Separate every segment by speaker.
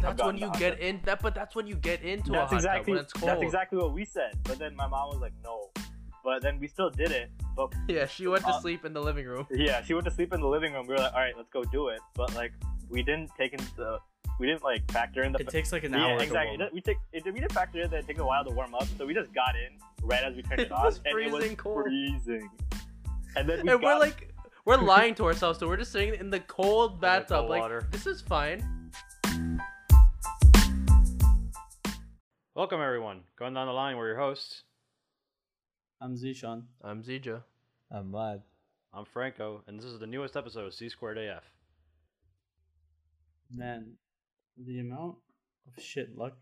Speaker 1: that's when you get in. That but that's when you get into
Speaker 2: That's
Speaker 1: a hot
Speaker 2: exactly
Speaker 1: tub when it's cold.
Speaker 2: that's exactly what we said. But then my mom was like, no. But then we still did it. But
Speaker 1: Yeah, she went to
Speaker 2: Uh,
Speaker 1: sleep in the living room.
Speaker 2: yeah, she went to sleep in the living room. We were like, all right, let's go do it. But like, we didn't take into the, we didn't like factor in the
Speaker 3: It takes like an
Speaker 2: yeah,
Speaker 3: hour. to
Speaker 2: exactly.
Speaker 3: warm up.
Speaker 2: We took it, we didn't factor in that it takes a while to warm up, so we just got in right as we turned it,
Speaker 1: It
Speaker 2: off,
Speaker 1: was
Speaker 2: and it was
Speaker 1: freezing cold.
Speaker 2: freezing. And then we
Speaker 1: and we're
Speaker 2: got-
Speaker 1: like, we're lying to ourselves. So we're just sitting in the cold
Speaker 3: the
Speaker 1: bathtub.
Speaker 3: cold
Speaker 1: like
Speaker 3: water.
Speaker 1: this is fine.
Speaker 3: Welcome everyone. Going down the line, we're your hosts.
Speaker 4: I'm Zishan.
Speaker 1: I'm Zija.
Speaker 4: I'm Vlad.
Speaker 3: I'm Franco, and this is the newest episode of C Squared AF.
Speaker 4: Man, the amount of shit luck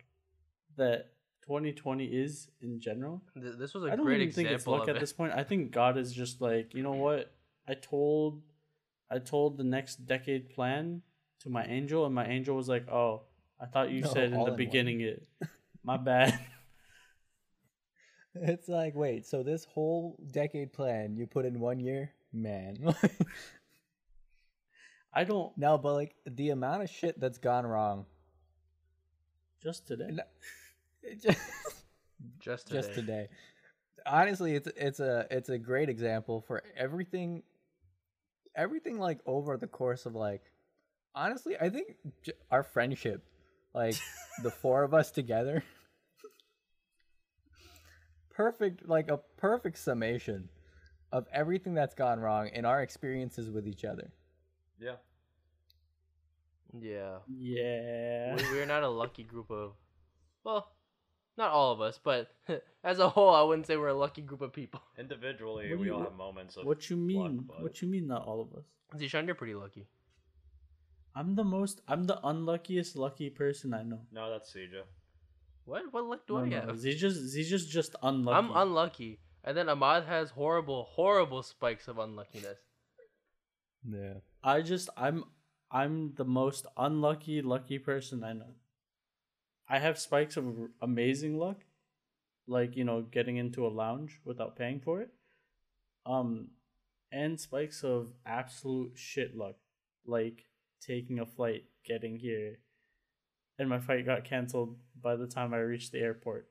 Speaker 4: that 2020 is in general.
Speaker 1: Th- this was a
Speaker 4: I don't
Speaker 1: great
Speaker 4: even think it's
Speaker 1: example
Speaker 4: luck
Speaker 1: of
Speaker 4: at
Speaker 1: it.
Speaker 4: this point. I think God is just like, you know what? I told, I told the next decade plan to my angel, and my angel was like, "Oh, I thought you
Speaker 5: No,
Speaker 4: said in
Speaker 5: all
Speaker 4: the
Speaker 5: in
Speaker 4: beginning it. My bad."
Speaker 5: It's like, wait, so this whole decade plan you put in one year, man.
Speaker 4: I don't.
Speaker 5: no, but like the amount of shit that's gone wrong,
Speaker 4: Just today.
Speaker 5: No. it just,
Speaker 1: Just today.
Speaker 5: just today. Honestly, it's it's a it's a great example for everything, everything like over the course of like, honestly, I think j- our friendship, like the four of us together, perfect like a perfect summation of everything that's gone wrong in our experiences with each other.
Speaker 3: Yeah.
Speaker 1: Yeah.
Speaker 4: Yeah.
Speaker 1: we, we're not a lucky group of well not all of us but as a whole i wouldn't say we're a lucky group of people
Speaker 3: Individually,
Speaker 4: What do
Speaker 3: we
Speaker 4: you-
Speaker 3: all have moments of
Speaker 4: What you mean?
Speaker 3: but-
Speaker 4: What you mean? Not all of us.
Speaker 1: zishan you're pretty lucky
Speaker 4: I'm the most. I'm the unluckiest lucky person I know.
Speaker 3: No, that's Sija.
Speaker 1: what what luck do
Speaker 4: no,
Speaker 1: i
Speaker 4: no,
Speaker 1: have
Speaker 4: no. Zija's Zija's just unlucky.
Speaker 1: i'm unlucky and then ahmad has horrible horrible spikes of unluckiness
Speaker 5: Yeah.
Speaker 4: I just I'm I'm the most unlucky lucky person I know. I have spikes of r- amazing luck, like you know getting into a lounge without paying for it, um, and spikes of absolute shit luck, like taking a flight, getting here, and my flight got canceled by the time I reached the airport,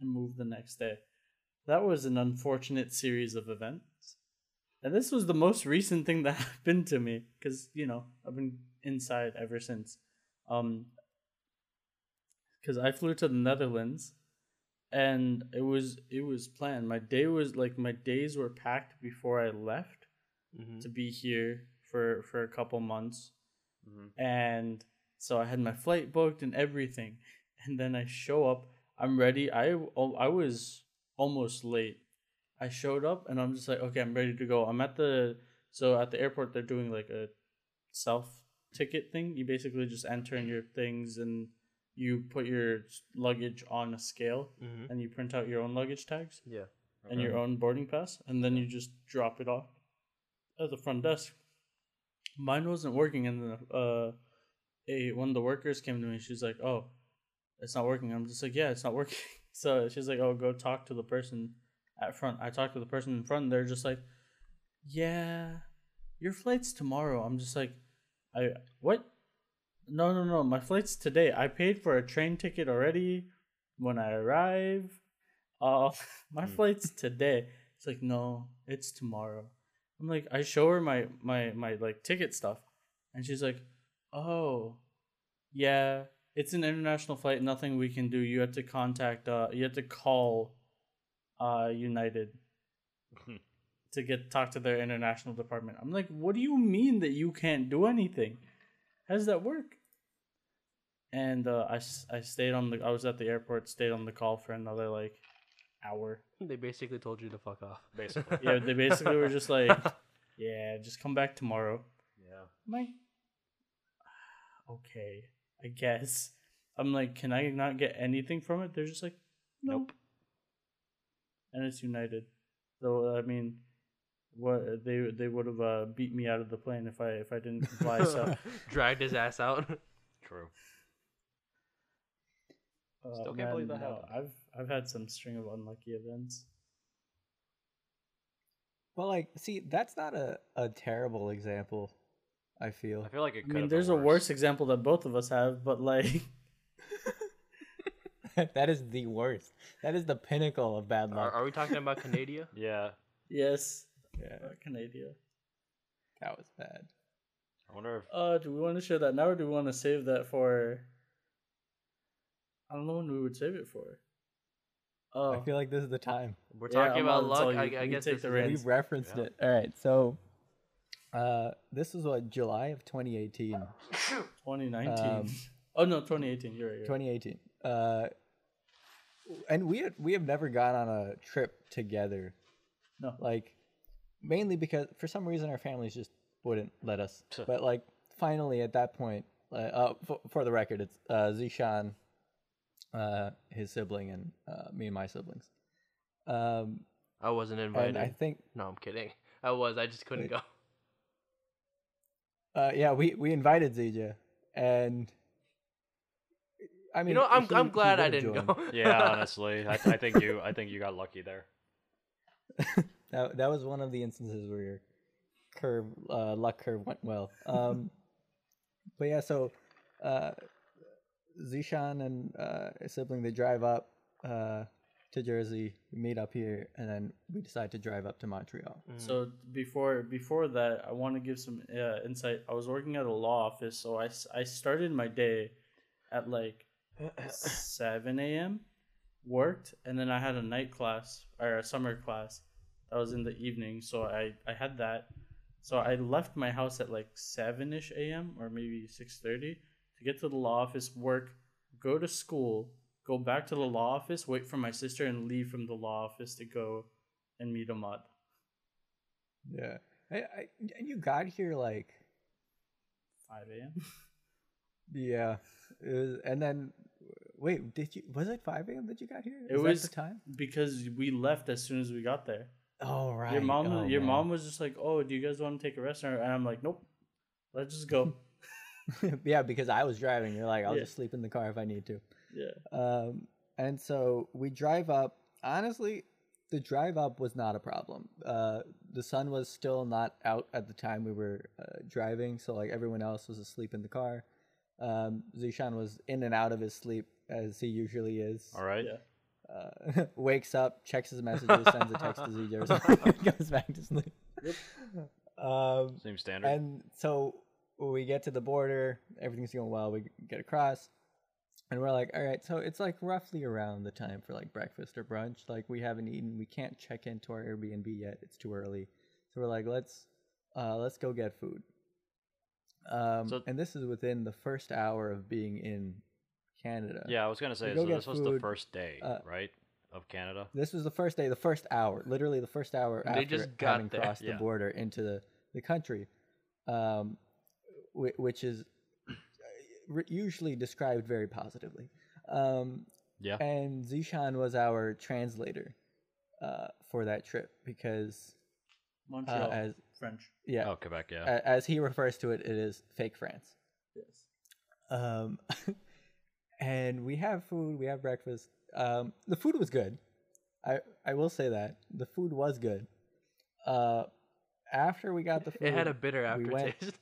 Speaker 4: and moved the next day. That was an unfortunate series of events. And this was the most recent thing that happened to me because you know I've been inside ever since. Um, because I flew to the Netherlands, and it was it was planned. My day was like my days were packed before I left to be here for for a couple months,
Speaker 3: Mhm.
Speaker 4: and so I had my flight booked and everything, and then I show up. I'm ready. I oh, I was almost late. I showed up and I'm just like, okay, I'm ready to go. I'm at the so at the airport they're doing like a self ticket thing. You basically just enter in your things and you put your luggage on a scale
Speaker 1: mm-hmm.
Speaker 4: and you print out your own luggage tags
Speaker 1: yeah
Speaker 4: and your own boarding pass, and then you just drop it off at the front desk. Mine wasn't working, and then uh, a one of the workers came to me. She's like, "Oh, it's not working." I'm just like, "Yeah, it's not working." So she's like, "Oh, go talk to the person at front." I talked to the person in front. They're just like, "Yeah, your flight's tomorrow." I'm just like, "I what?" No, no, no. My flight's today. I paid for a train ticket already when I arrive. Uh, my flight's today. It's like, no, it's tomorrow. I'm like, I show her my my my like ticket stuff, and she's like, oh, yeah, it's an international flight. Nothing we can do. You have to contact. Uh, you have to call, uh, United. To get talk to their international department, I'm like, what do you mean that you can't do anything? How does that work? And uh, I, s- I stayed on the I was at the airport, stayed on the call for another like hour.
Speaker 1: they basically told you to fuck off
Speaker 3: Basically.
Speaker 4: Yeah, they basically were just like, yeah, just come back tomorrow.
Speaker 3: Yeah.
Speaker 4: I'm like, okay, I guess. I'm like, can I not get anything from it? They're just like, no.
Speaker 3: Nope.
Speaker 4: And it's United, so I mean, what they they would have uh, beat me out of the plane if I if I didn't comply. So
Speaker 1: dragged his ass out
Speaker 3: True.
Speaker 4: Uh,
Speaker 3: Still can't believe that happened.
Speaker 4: I've I've had some string of unlucky events.
Speaker 5: Well, like, see, that's not a, a terrible example I feel.
Speaker 3: I feel like it.
Speaker 4: I
Speaker 3: Could
Speaker 4: mean,
Speaker 3: have
Speaker 4: there's
Speaker 3: been
Speaker 4: a
Speaker 3: worse.
Speaker 4: worse example that both of us have, but like,
Speaker 5: that is the worst. That is the pinnacle of bad
Speaker 1: Are,
Speaker 5: luck.
Speaker 1: are we talking about Canada?
Speaker 3: Yeah,
Speaker 4: yes,
Speaker 5: Yeah,
Speaker 4: uh, Canada.
Speaker 5: that was bad.
Speaker 3: I wonder if
Speaker 4: Uh, do we want to share that now, or do we want to save that for? I don't know when we would save it for. Oh,
Speaker 5: I feel like this is the time.
Speaker 1: We're
Speaker 4: Yeah,
Speaker 1: talking
Speaker 4: I'm
Speaker 1: about
Speaker 4: on, it's all
Speaker 1: luck. I,
Speaker 4: you.
Speaker 1: I
Speaker 4: You
Speaker 1: guess
Speaker 4: take
Speaker 1: this
Speaker 4: the
Speaker 1: is-
Speaker 4: reins.
Speaker 5: We
Speaker 4: Friends.
Speaker 5: referenced
Speaker 3: Yeah.
Speaker 5: it. All right, so uh, this was what July of 2018.
Speaker 4: 2019.
Speaker 5: Um,
Speaker 4: oh no, 2018. You're right. You're right.
Speaker 5: 2018. Uh, and we had, we have never gone on a trip together.
Speaker 4: No.
Speaker 5: Like mainly because for some reason our families just wouldn't let us.
Speaker 3: Tuh.
Speaker 5: but like finally at that point, uh, uh, for, for the record, it's uh, Zishan, uh, his sibling, and uh, me and my siblings. Um,
Speaker 1: I wasn't invited.
Speaker 5: and I think
Speaker 1: No, I'm kidding. I was. I just couldn't
Speaker 5: Wait.
Speaker 1: go.
Speaker 5: Uh, yeah, we we invited Zija, and I mean,
Speaker 1: you know, I'm
Speaker 5: he-
Speaker 1: I'm
Speaker 5: he
Speaker 1: glad I
Speaker 5: would've
Speaker 1: didn't
Speaker 5: joined.
Speaker 1: go.
Speaker 3: yeah, honestly, I, I think you, I think you got lucky there.
Speaker 5: That that was one of the instances where your curve uh, luck curve went well. Um, but yeah, so uh, Zishan and uh, his sibling they drive up uh, to Jersey, we meet up here, and then we decide to drive up to Montreal.
Speaker 4: So before before that, I want to give some uh, insight. I was working at a law office, so I, s- I started my day at like 7 a.m. Worked, and then I had a night class or a summer class that was in the evening. So I I had that. So I left my house at like 7 ish a.m. or maybe 6:30 to get to the law office, work, go to school, go back to the law office, wait for my sister, and leave from the law office to go and meet Ahmad.
Speaker 5: Yeah, I, I, and you got here like
Speaker 4: 5 a.m.
Speaker 5: yeah, it was, and then wait, did you was it five a.m. that you got here?
Speaker 4: It
Speaker 5: Is that
Speaker 4: was-
Speaker 5: the time.
Speaker 4: because we left as soon as we got there.
Speaker 5: Oh right.
Speaker 4: Your mom,
Speaker 5: Oh,
Speaker 4: your
Speaker 5: man.
Speaker 4: mom was just like, "Oh, do you guys want to take a restaurant?" And I'm like, "Nope, let's just go."
Speaker 5: yeah, because I was driving. You're like, I'll
Speaker 4: Yeah.
Speaker 5: just sleep in the car if I need to.
Speaker 4: yeah,
Speaker 5: Um, and so we drive up. Honestly, the drive up was not a problem. Uh, the sun was still not out at the time we were uh, driving, so like everyone else was asleep in the car. Um, Zishan was in and out of his sleep as he usually is.
Speaker 3: All right.
Speaker 4: Yeah.
Speaker 5: Uh, wakes up, checks his messages, sends a text to Zija, or something, goes back to sleep. Um,
Speaker 3: Same standard.
Speaker 5: and so we get to the border, everything's going well, we get across, and we're like, all right, so it's like roughly around the time for like breakfast or brunch. Like we haven't eaten, we can't check into our Airbnb yet. It's too early. So we're like, let's uh let's go get food. Um
Speaker 3: So-
Speaker 5: and this is within the first hour of being in Canada.
Speaker 3: yeah, I was gonna say.
Speaker 5: go
Speaker 3: So
Speaker 5: get
Speaker 3: this was the
Speaker 5: food,
Speaker 3: first day,
Speaker 5: uh,
Speaker 3: right, of Canada.
Speaker 5: This was the first day, the first hour, literally the first hour
Speaker 1: They
Speaker 5: after
Speaker 1: just got
Speaker 5: having
Speaker 1: there.
Speaker 5: crossed
Speaker 3: Yeah.
Speaker 5: the border into the, the country, um, whi- which is re- usually described very positively. Um,
Speaker 3: Yeah.
Speaker 5: and Zishan was our translator uh, for that trip because, uh,
Speaker 4: Montreal
Speaker 5: as
Speaker 4: French.
Speaker 5: yeah,
Speaker 3: Oh, Quebec. Yeah.
Speaker 5: a- as he refers to it, it is fake France.
Speaker 4: Yes.
Speaker 5: Um, and we have food, we have breakfast. Um, the food was good. I I will say that the food was good. Uh, after we got the food,
Speaker 1: It had a bitter
Speaker 5: we went-
Speaker 1: aftertaste.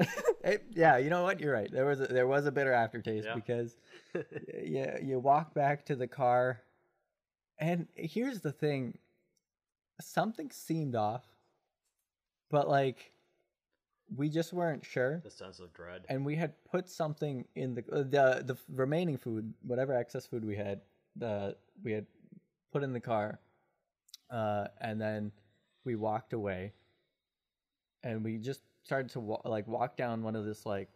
Speaker 5: it- yeah, you know what? You're right. There was a, there was a bitter aftertaste
Speaker 3: Yeah.
Speaker 5: because yeah, you walk back to the car, and here's the thing: something seemed off, but like we just weren't sure.
Speaker 3: the sense of dread.
Speaker 5: and we had put something in the uh, the the remaining food, whatever excess food we had, uh, we had put in the car, uh, and then we walked away, and we just started to wa- like walk down one of this like,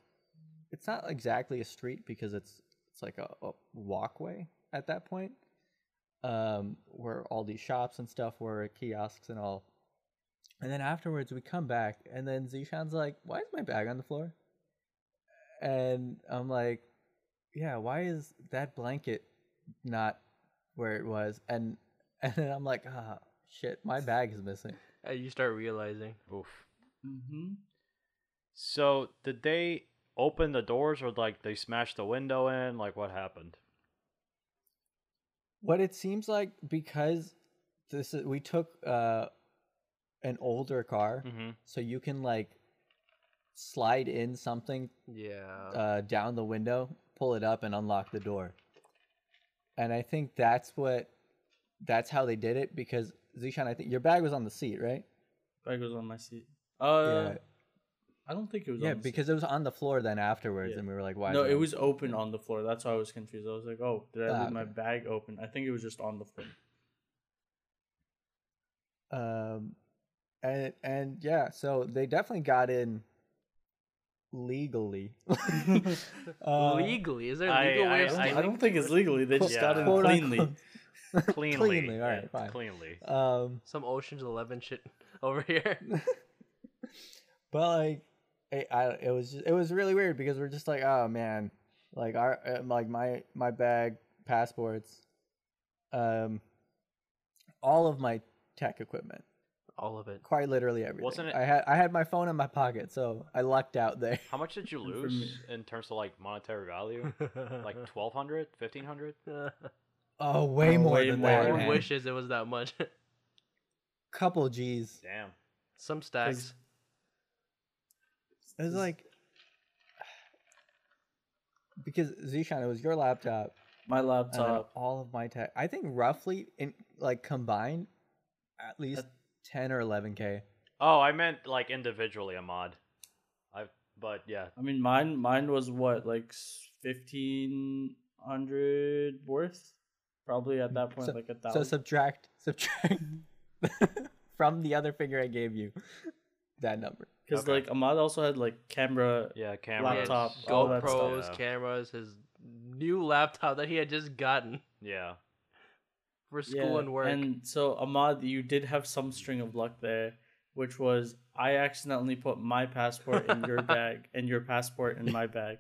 Speaker 5: it's not exactly a street because it's it's like a, a walkway at that point, um, where all these shops and stuff were kiosks and all. And then afterwards, we come back, and then Zishan's like, "Why is my bag on the floor?" and I'm like, yeah, why is that blanket not where it was? And and then I'm like, ah, shit, my bag is missing.
Speaker 1: And Uh, you start realizing.
Speaker 3: Oof.
Speaker 4: Mm-hmm.
Speaker 3: So did they open the doors or like they smashed the window in? Like what happened?
Speaker 5: What it seems like because this is, we took uh an older car,
Speaker 1: Mm.
Speaker 3: Mm-hmm.
Speaker 5: so you can like slide in something
Speaker 1: Yeah.
Speaker 5: uh, down the window, pull it up, and unlock the door. And I think that's what, that's how they did it because Zishan, I think your bag was on the seat, right?
Speaker 4: Bag was on my seat. Uh,
Speaker 5: yeah,
Speaker 4: I don't think it was.
Speaker 5: yeah,
Speaker 4: on the seat.
Speaker 5: because it was on the floor then afterwards,
Speaker 4: Yeah.
Speaker 5: and we were like, why? is
Speaker 4: no, it
Speaker 5: on-
Speaker 4: was open on the floor. That's why I was confused. I was like, oh, did I
Speaker 5: Ah,
Speaker 4: leave my
Speaker 5: okay.
Speaker 4: bag open? I think it was just on the floor.
Speaker 5: um, and and yeah, so they definitely got in legally. Uh,
Speaker 1: legally, is there a
Speaker 3: I-
Speaker 1: legal way of
Speaker 3: I- I
Speaker 1: stealing?
Speaker 4: I don't think it's legally. They just got
Speaker 3: Yeah.
Speaker 4: in
Speaker 5: quote
Speaker 4: cleanly.
Speaker 5: unquote.
Speaker 3: Cleanly.
Speaker 5: Cleanly, all right,
Speaker 3: yeah,
Speaker 5: fine.
Speaker 3: Cleanly.
Speaker 5: Um,
Speaker 1: Some Ocean's Eleven shit over here.
Speaker 5: but like, it, I it was just, it was really weird because we're just like, oh man, like our uh, like my my bag, passports, um, all of my tech equipment,
Speaker 1: All of it.
Speaker 5: quite literally everything.
Speaker 3: Wasn't it-
Speaker 5: I had I had my phone in my pocket, so I lucked out there.
Speaker 3: How much did you
Speaker 4: And for
Speaker 3: lose in terms of like monetary value? like 1200 1500
Speaker 5: Oh, way
Speaker 4: Oh,
Speaker 5: more
Speaker 4: way
Speaker 5: than
Speaker 4: more. Everyone
Speaker 5: that.
Speaker 1: Everyone
Speaker 5: man.
Speaker 1: wishes it was that much.
Speaker 5: Couple G's.
Speaker 3: Damn.
Speaker 1: Some stacks.
Speaker 5: It was like because Zishan, it was your laptop
Speaker 4: My
Speaker 5: and then
Speaker 4: laptop.
Speaker 5: all of my tech. I think roughly in like combined, at least ten or eleven k.
Speaker 3: Oh, I meant like individually a mod. I but yeah.
Speaker 4: I mean, mine mine was what like fifteen hundred worth, probably at that point
Speaker 5: Mm, So-
Speaker 4: like a
Speaker 5: So
Speaker 4: thousand.
Speaker 5: subtract, subtract from the other figure I gave you that number.
Speaker 4: Because
Speaker 3: okay.
Speaker 4: like Ahmad also had like camera.
Speaker 3: Yeah, cameras.
Speaker 4: Laptop, all that stuff.
Speaker 1: GoPros, cameras, his new laptop that he had just gotten
Speaker 3: Yeah.
Speaker 1: for school and work.
Speaker 4: And so Ahmad, you did have some string of luck there, which was I accidentally put my passport in your bag and your passport in my bag.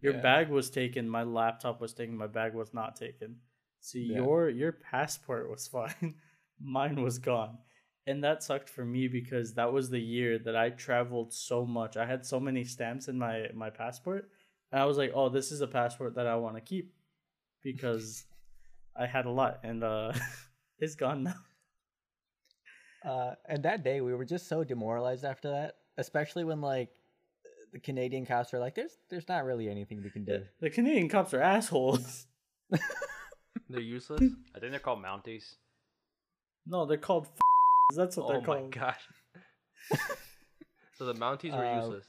Speaker 4: Your
Speaker 5: Yeah.
Speaker 4: bag was taken. My laptop was taken. My bag was not taken. So
Speaker 5: Yeah.
Speaker 4: your your passport was fine. Mine was gone. And that sucked for me because that was the year that I traveled so much. I had so many stamps in my my passport. And I was like, "Oh, this is a passport that I want to keep because I had a lot and uh it's gone now."
Speaker 5: Uh, and that day we were just so demoralized after that, especially when like the Canadian cops are like, "There's, there's not really anything we can do."
Speaker 4: The Canadian cops are assholes.
Speaker 1: They're useless.
Speaker 3: I think they're called Mounties.
Speaker 4: No, they're called f- That's what
Speaker 1: oh
Speaker 4: they're
Speaker 1: my
Speaker 4: called.
Speaker 1: god. so the Mounties were
Speaker 5: Uh,
Speaker 1: useless.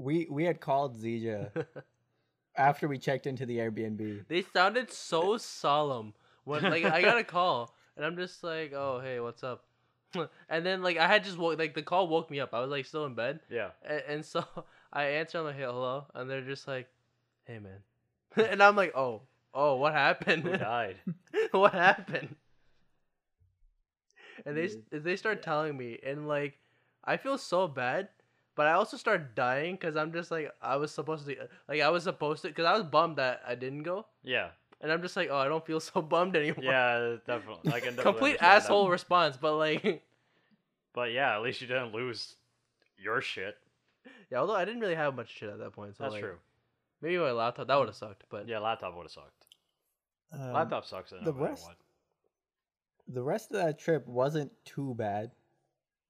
Speaker 5: We we had called Zija after we checked into the Airbnb.
Speaker 1: They sounded so solemn when like I got a call and I'm just like, oh hey, what's up? And then like I had just woke like the call woke me up. I was like still in bed,
Speaker 3: Yeah.
Speaker 1: and, and so I answer. I'm like, hey, hello, and they're just like, hey man, and I'm like, oh, oh, what
Speaker 3: Who
Speaker 1: happened?
Speaker 3: died?
Speaker 1: what happened? And they s-
Speaker 5: Mm.
Speaker 1: they start telling me, and like I feel so bad, but I also start dying because I'm just like I was supposed to uh, like I was supposed to because I was bummed that I didn't go.
Speaker 3: Yeah.
Speaker 1: And I'm just like, oh, I don't feel so bummed anymore.
Speaker 3: Yeah, definitely. I can definitely
Speaker 1: Complete
Speaker 3: understand E, that.
Speaker 1: asshole response, but like,
Speaker 3: But yeah, at least you didn't lose your shit.
Speaker 1: yeah. Although I didn't really have much shit at that point, so
Speaker 3: That's
Speaker 1: like,
Speaker 3: true.
Speaker 1: Maybe my laptop that would have sucked, but
Speaker 3: Yeah, laptop would have sucked.
Speaker 5: Um,
Speaker 3: laptop sucks. in E. no
Speaker 5: the
Speaker 3: matter
Speaker 5: rest-
Speaker 3: what.
Speaker 5: Um, The rest of that trip wasn't too bad.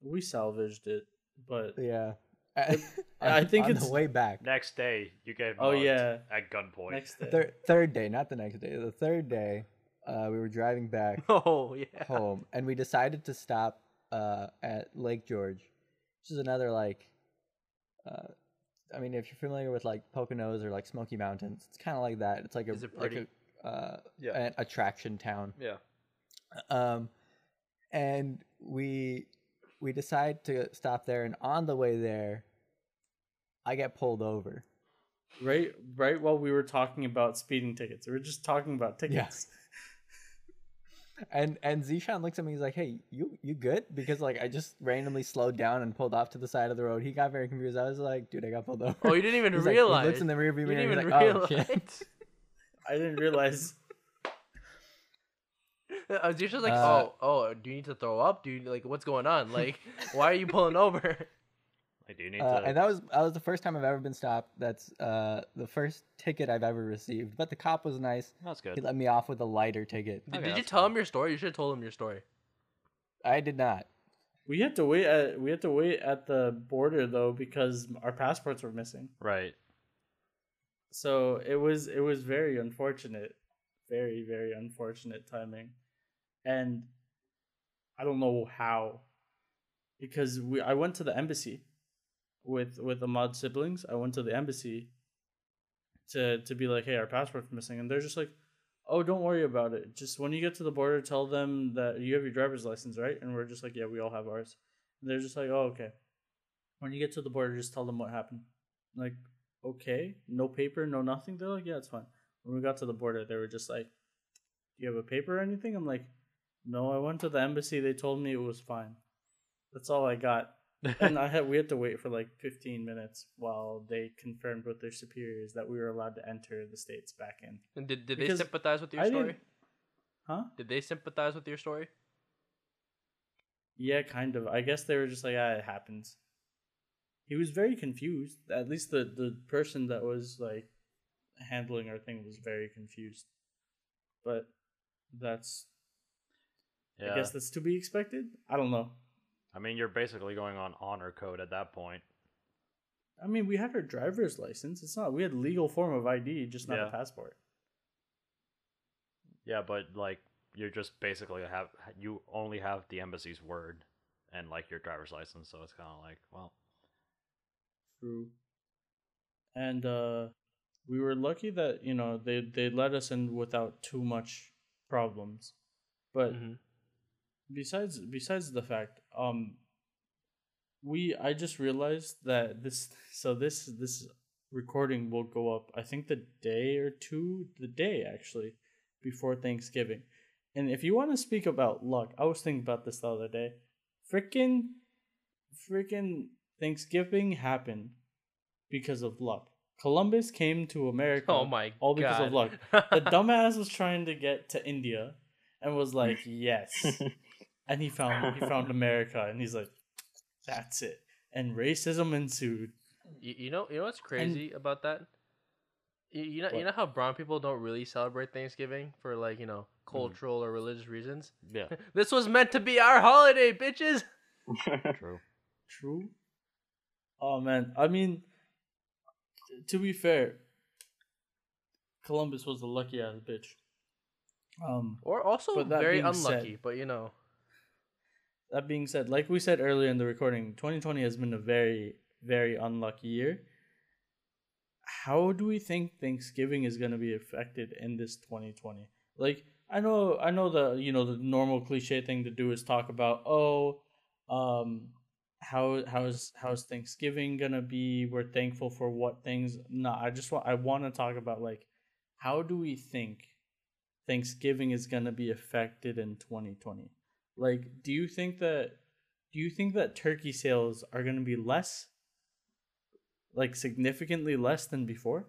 Speaker 4: We salvaged it, but
Speaker 5: Yeah. I,
Speaker 4: I think
Speaker 5: on
Speaker 4: it's-
Speaker 5: the way back.
Speaker 3: Next day, you get.
Speaker 4: Oh,
Speaker 3: mugged
Speaker 4: yeah.
Speaker 3: At gunpoint.
Speaker 4: next day.
Speaker 5: Thir- third day, not the next day. The third day, uh, we were driving back
Speaker 1: oh yeah,
Speaker 5: home, and we decided to stop uh, at Lake George, which is another like. Uh, I mean, if you're familiar with like Poconos or like Smoky Mountains, it's kind of like that. It's like a
Speaker 1: Is it
Speaker 5: like
Speaker 1: pretty?
Speaker 5: a, uh,
Speaker 3: Yeah.
Speaker 5: an attraction town.
Speaker 3: Yeah.
Speaker 5: um, and we we decide to stop there and on the way there i get pulled over
Speaker 4: right right while we were talking about speeding tickets. We were just talking about tickets.
Speaker 5: and and zishan looks at me he's like hey you you good because like i just randomly slowed down and pulled off to the side of the road he got very confused i was like dude i got pulled over
Speaker 1: Oh, you didn't even
Speaker 5: He's like- he
Speaker 1: realize.
Speaker 5: looks in the rearview
Speaker 1: you
Speaker 5: mirror
Speaker 1: didn't
Speaker 5: and he's
Speaker 1: even
Speaker 5: like, "Oh,
Speaker 1: realize.
Speaker 5: shit."
Speaker 4: I didn't realize
Speaker 1: I was just like,
Speaker 5: Uh,
Speaker 1: oh, oh, do you need to throw up? Do you like what's going on? Like, why are you pulling over?
Speaker 3: Like, do you need
Speaker 5: Uh,
Speaker 3: to?
Speaker 5: and that was that was the first time I've ever been stopped. That's uh, the first ticket I've ever received. But the cop was nice.
Speaker 3: That's
Speaker 5: He
Speaker 3: good.
Speaker 5: let me off with a lighter ticket.
Speaker 1: Did-
Speaker 3: Okay,
Speaker 1: Did you
Speaker 3: that's
Speaker 1: tell
Speaker 3: fine.
Speaker 1: him your story? You should have told him your story.
Speaker 5: I did not.
Speaker 4: We had to wait at we had to wait at the border though because our passports were missing.
Speaker 3: Right.
Speaker 4: So it was it was very unfortunate, very very unfortunate timing, and I don't know how, because we I went to the embassy, with with Ahmad's siblings. I went to the embassy. To to be like, hey, our passport's missing, and they're just like, oh, don't worry about it. Just when you get to the border, tell them that you have your driver's license, right? And we're just like, yeah, we all have ours. And they're just like, oh, okay. When you get to the border, just tell them what happened. I'm like, okay, no paper, no nothing. They're like, yeah, it's fine. When we got to the border, they were just like, do you have a paper or anything? I'm like, no, I went to the embassy. They told me it was fine. That's all I got. and I had we had to wait for like 15 minutes while they confirmed with their superiors that we were allowed to enter the states back in.
Speaker 1: And did, did they
Speaker 4: Because
Speaker 1: sympathize with your
Speaker 4: I
Speaker 1: story?
Speaker 4: didn't- Huh?
Speaker 1: Did they sympathize with your story?
Speaker 4: Yeah, kind of. I guess they were just like, ah, it happens. He was very confused. At least the the person that was like handling our thing was very confused. But that's
Speaker 3: Yeah.
Speaker 4: I guess that's to be expected. I don't know.
Speaker 3: I mean, you're basically going on honor code at that point.
Speaker 4: I mean, we had our driver's license. It's not we had legal form of ID, just not
Speaker 3: Yeah.
Speaker 4: a passport.
Speaker 3: Yeah, but like you're just basically have you only have the embassy's word and like your driver's license, so it's kind of like, well,
Speaker 4: True. And uh we were lucky that, you know, they they let us in without too much problems. But
Speaker 1: Mhm.
Speaker 4: besides besides the fact, um we I just realized that this so this this recording will go up I think the day or two the day actually before Thanksgiving. And if you want to speak about luck, I was thinking about this the other day. Freaking freaking Thanksgiving happened because of luck. Columbus came to America
Speaker 1: Oh my
Speaker 4: all because of luck.
Speaker 1: God.
Speaker 4: The dumbass was trying to get to India and was like, "Yes." and he found he found America and he's like, "That's it." And racism ensued.
Speaker 1: You, you know, you know what's crazy about that? You, you know, you
Speaker 4: What?
Speaker 1: know how brown people don't really celebrate Thanksgiving for like you know
Speaker 4: Mm-hmm.
Speaker 1: cultural or religious reasons.
Speaker 3: yeah,
Speaker 1: This was meant to be our holiday, bitches.
Speaker 3: true.
Speaker 4: True. Oh man, I mean, t- to be fair, Columbus was a lucky ass bitch. Um,
Speaker 1: Or also
Speaker 4: But that
Speaker 1: very
Speaker 4: being said-
Speaker 1: unlucky, but you know,
Speaker 4: that being said, like we said earlier in the recording, 2020 has been a very, very unlucky year. How do we think Thanksgiving is going to be affected in this 2020? Like, I know, I know the you know the normal cliche thing to do is talk about oh, um, how how's how's Thanksgiving gonna be? We're thankful for what things. No, I just want I want to talk about like how do we think Thanksgiving is gonna be affected in 2020? Like, do you think that do you think that turkey sales are gonna be less, like significantly less than before?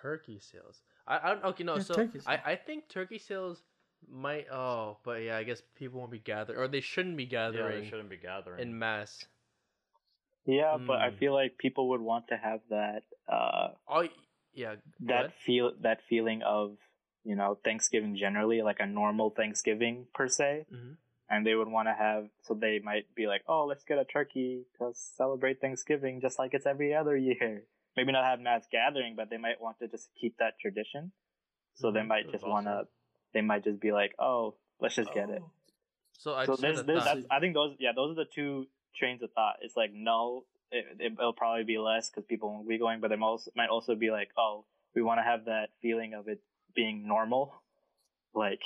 Speaker 1: turkey sales. I, I don't. Okay, no.
Speaker 4: Yeah,
Speaker 1: so
Speaker 4: turkey
Speaker 1: I,
Speaker 4: sales.
Speaker 1: I think turkey sales might. Oh, but yeah, I guess people won't be gathering, or they shouldn't be
Speaker 3: Yeah, they
Speaker 1: gathering
Speaker 3: shouldn't be gathering.
Speaker 1: in mass.
Speaker 2: yeah, but I
Speaker 1: Hmm.
Speaker 3: Mm.
Speaker 2: feel like people would want to have that uh
Speaker 1: Oh, yeah.
Speaker 2: that
Speaker 1: What?
Speaker 2: feel that feeling of you know Thanksgiving generally like a normal Thanksgiving per se,
Speaker 1: Mhm.
Speaker 2: and they would want to have so they might be like, oh, let's get a turkey to celebrate Thanksgiving just like it's every other year. Maybe not have mass gathering, but they might want to just keep that tradition. So they
Speaker 1: Mhm,
Speaker 2: might
Speaker 3: Mm-hmm. that's
Speaker 2: just want to.
Speaker 3: awesome.
Speaker 2: They might just be like, oh, let's just get it.
Speaker 1: So I
Speaker 2: so
Speaker 1: just had
Speaker 2: there's,
Speaker 1: a
Speaker 2: there's
Speaker 1: thought.
Speaker 2: that's, I think those yeah those are the two trains of thought. It's like no, it, it, it'll probably be less because people won't be going, but it also, might also be like oh we want to have that feeling of it being normal, like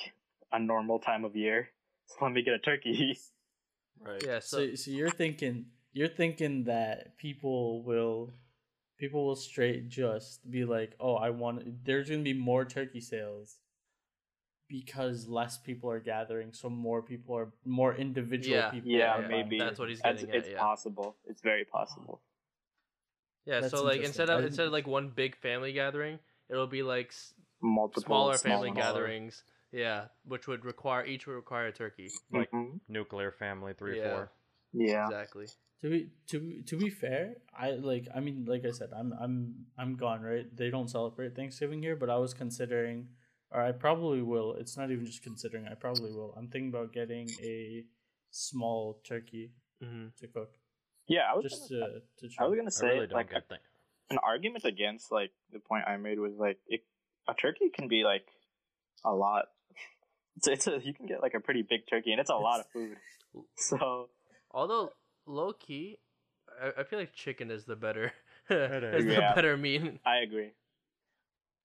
Speaker 2: a normal time of year. So let me get a turkey.
Speaker 3: right.
Speaker 1: Yeah.
Speaker 4: So, so you're thinking you're thinking that people will people will straight just be like, oh, I want. There's gonna be more turkey sales because less people are gathering, so more people are more individual
Speaker 1: Yeah,
Speaker 4: people.
Speaker 2: Yeah,
Speaker 4: are buying
Speaker 2: maybe
Speaker 1: That's what he's
Speaker 2: That's,
Speaker 1: getting at,
Speaker 2: it's
Speaker 1: yeah.
Speaker 2: possible. It's very possible.
Speaker 1: Yeah,
Speaker 4: That's
Speaker 1: so like
Speaker 4: interesting.
Speaker 1: instead
Speaker 4: I
Speaker 1: of
Speaker 4: didn't-
Speaker 1: instead of like one big family gathering, it'll be like s-
Speaker 2: Multiple
Speaker 1: smaller
Speaker 2: small
Speaker 1: family
Speaker 2: ones.
Speaker 1: gatherings. Yeah, which would require each would require a turkey.
Speaker 3: Like
Speaker 2: Mhm.
Speaker 3: nuclear family three
Speaker 1: Yeah.
Speaker 3: four.
Speaker 2: yeah,
Speaker 1: Exactly.
Speaker 4: to be to be- to be fair, I like I mean like I said, I'm I'm I'm gone, right? They don't celebrate Thanksgiving here, but I was considering or I probably will. It's not even just considering, I probably will. I'm thinking about getting a small turkey
Speaker 1: Mhm.
Speaker 4: to cook.
Speaker 2: Yeah, I was
Speaker 4: Just
Speaker 2: gonna,
Speaker 4: to, to
Speaker 2: I
Speaker 4: try.
Speaker 2: was gonna
Speaker 3: I
Speaker 2: say
Speaker 3: really don't
Speaker 2: like
Speaker 3: get things.
Speaker 2: an argument against like the point I made was like it, a turkey can be like a lot. It's, it's a, you can get like a pretty big turkey and it's a lot of food. So
Speaker 1: Although low key, I, I feel like chicken is the better is
Speaker 2: Yeah.
Speaker 1: the better meat.
Speaker 2: I agree.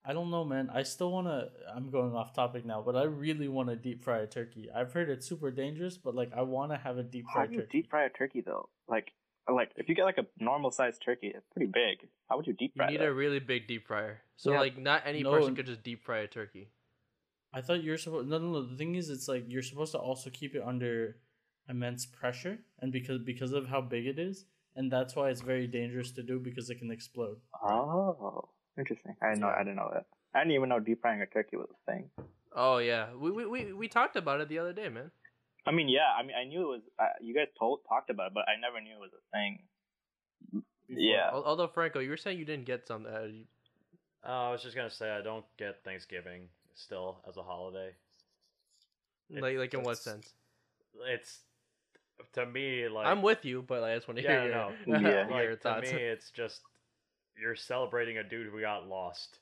Speaker 4: I don't know, man. I still want to. I'm going off topic now, but I really want to deep fry a turkey. I've heard it's super dangerous, but like I want to have a deep
Speaker 2: How
Speaker 4: fried
Speaker 2: do you
Speaker 4: turkey.
Speaker 2: deep fry a turkey though? Like like if you get like a normal sized turkey, it's pretty big. How would you deep
Speaker 1: You
Speaker 2: fry
Speaker 1: need
Speaker 2: that?
Speaker 1: a really big deep fryer. So
Speaker 2: Yeah.
Speaker 1: like not any
Speaker 4: No,
Speaker 1: person
Speaker 4: and-
Speaker 1: could just deep fry a turkey.
Speaker 4: I thought you're supposed. No, no, no. The thing is, it's like you're supposed to also keep it under immense pressure, and because because of how big it is, and that's why it's very dangerous to do because it can explode.
Speaker 2: Oh, interesting. I didn't know. I didn't know that. I didn't even know deep frying a turkey was a thing.
Speaker 1: Oh yeah, we we, we, we talked about it the other day, man.
Speaker 2: I mean, yeah. I mean, I knew it was. Uh, you guys told talked about it, but I never knew it was a thing. Yeah.
Speaker 1: Al- Although Franco, you were saying you didn't get some. Uh, you-
Speaker 3: Uh, I was just gonna say I don't get Thanksgiving still as a holiday. It-
Speaker 1: like like in what
Speaker 3: that's-
Speaker 1: sense?
Speaker 3: It's to me like
Speaker 1: I'm with you, but like, I just want to
Speaker 3: yeah,
Speaker 1: hear your,
Speaker 3: no,
Speaker 2: Yeah.
Speaker 1: hear
Speaker 3: like,
Speaker 1: your
Speaker 3: to
Speaker 1: thoughts.
Speaker 3: me it's just you're celebrating a dude who got lost.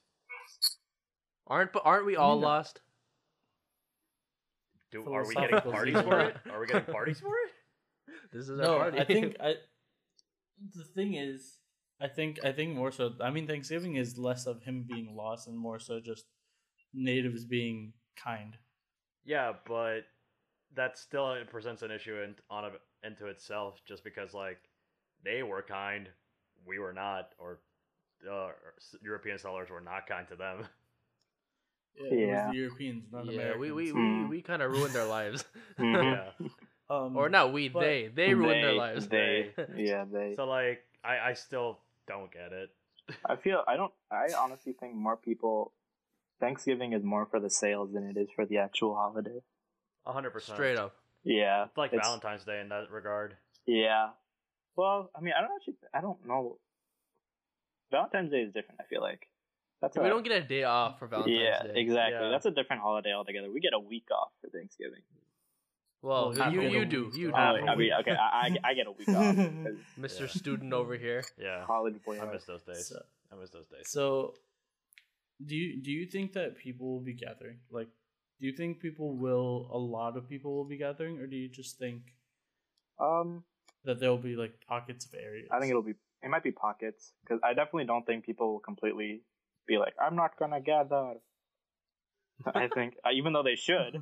Speaker 1: Aren't but aren't we all
Speaker 4: mean, uh,
Speaker 1: lost?
Speaker 3: Do are we getting
Speaker 4: Philosophical
Speaker 3: parties
Speaker 4: zero.
Speaker 3: for it? Are we getting parties for it?
Speaker 1: This is
Speaker 4: no,
Speaker 1: our party.
Speaker 4: I think I. The thing is, I think I think more so. I mean, Thanksgiving is less of him being lost and more so just natives being kind.
Speaker 3: Yeah, but that still presents an issue in, on a, into itself, just because like they were kind, we were not, or uh, European settlers were not kind to them.
Speaker 4: It
Speaker 2: Yeah.
Speaker 4: was the Europeans, not
Speaker 1: yeah,
Speaker 4: Americans.
Speaker 1: we we, we,
Speaker 2: Mm.
Speaker 1: we kind of ruined their lives,
Speaker 2: Mhm.
Speaker 3: yeah.
Speaker 1: Mm-hmm.
Speaker 4: um,
Speaker 1: or not we
Speaker 4: But-
Speaker 1: they they ruined their
Speaker 2: They-
Speaker 1: lives.
Speaker 2: They, yeah, they.
Speaker 3: So like, I I still don't get it.
Speaker 2: I feel I don't. I honestly think more people. Thanksgiving is more for the sales than it is for the actual holiday.
Speaker 3: A hundred percent.
Speaker 1: Straight up.
Speaker 2: Yeah,
Speaker 3: It's like
Speaker 2: it's-
Speaker 3: Valentine's Day in that regard.
Speaker 2: Yeah. Well, I mean, I don't actually. I don't know. Valentine's Day is different. I feel like that's
Speaker 1: we
Speaker 2: a-
Speaker 1: don't get a day off for Valentine's
Speaker 2: yeah,
Speaker 1: Day.
Speaker 2: exactly.
Speaker 3: Yeah.
Speaker 2: That's a different holiday altogether. We get a week off for Thanksgiving.
Speaker 1: Well,
Speaker 4: Well,
Speaker 1: you
Speaker 4: we get
Speaker 1: you
Speaker 4: a
Speaker 1: do
Speaker 4: week
Speaker 1: you do,
Speaker 4: off.
Speaker 2: Uh,
Speaker 4: Oh,
Speaker 2: I mean, okay, I, I, I get a week off. 'cause
Speaker 1: Mr.
Speaker 3: Yeah.
Speaker 1: Student over here.
Speaker 3: Yeah,
Speaker 2: College boy.
Speaker 3: I miss those days.
Speaker 4: So-
Speaker 3: I miss those days.
Speaker 4: So, do you do you think that people will be gathering? Like, do you think people will? A lot of people will be gathering, or do you just think
Speaker 2: Um,
Speaker 4: that there will be like pockets of areas?
Speaker 2: I think it'll be. It might be pockets because I definitely don't think people will completely be like, "I'm not gonna gather." I think, uh, even though they should,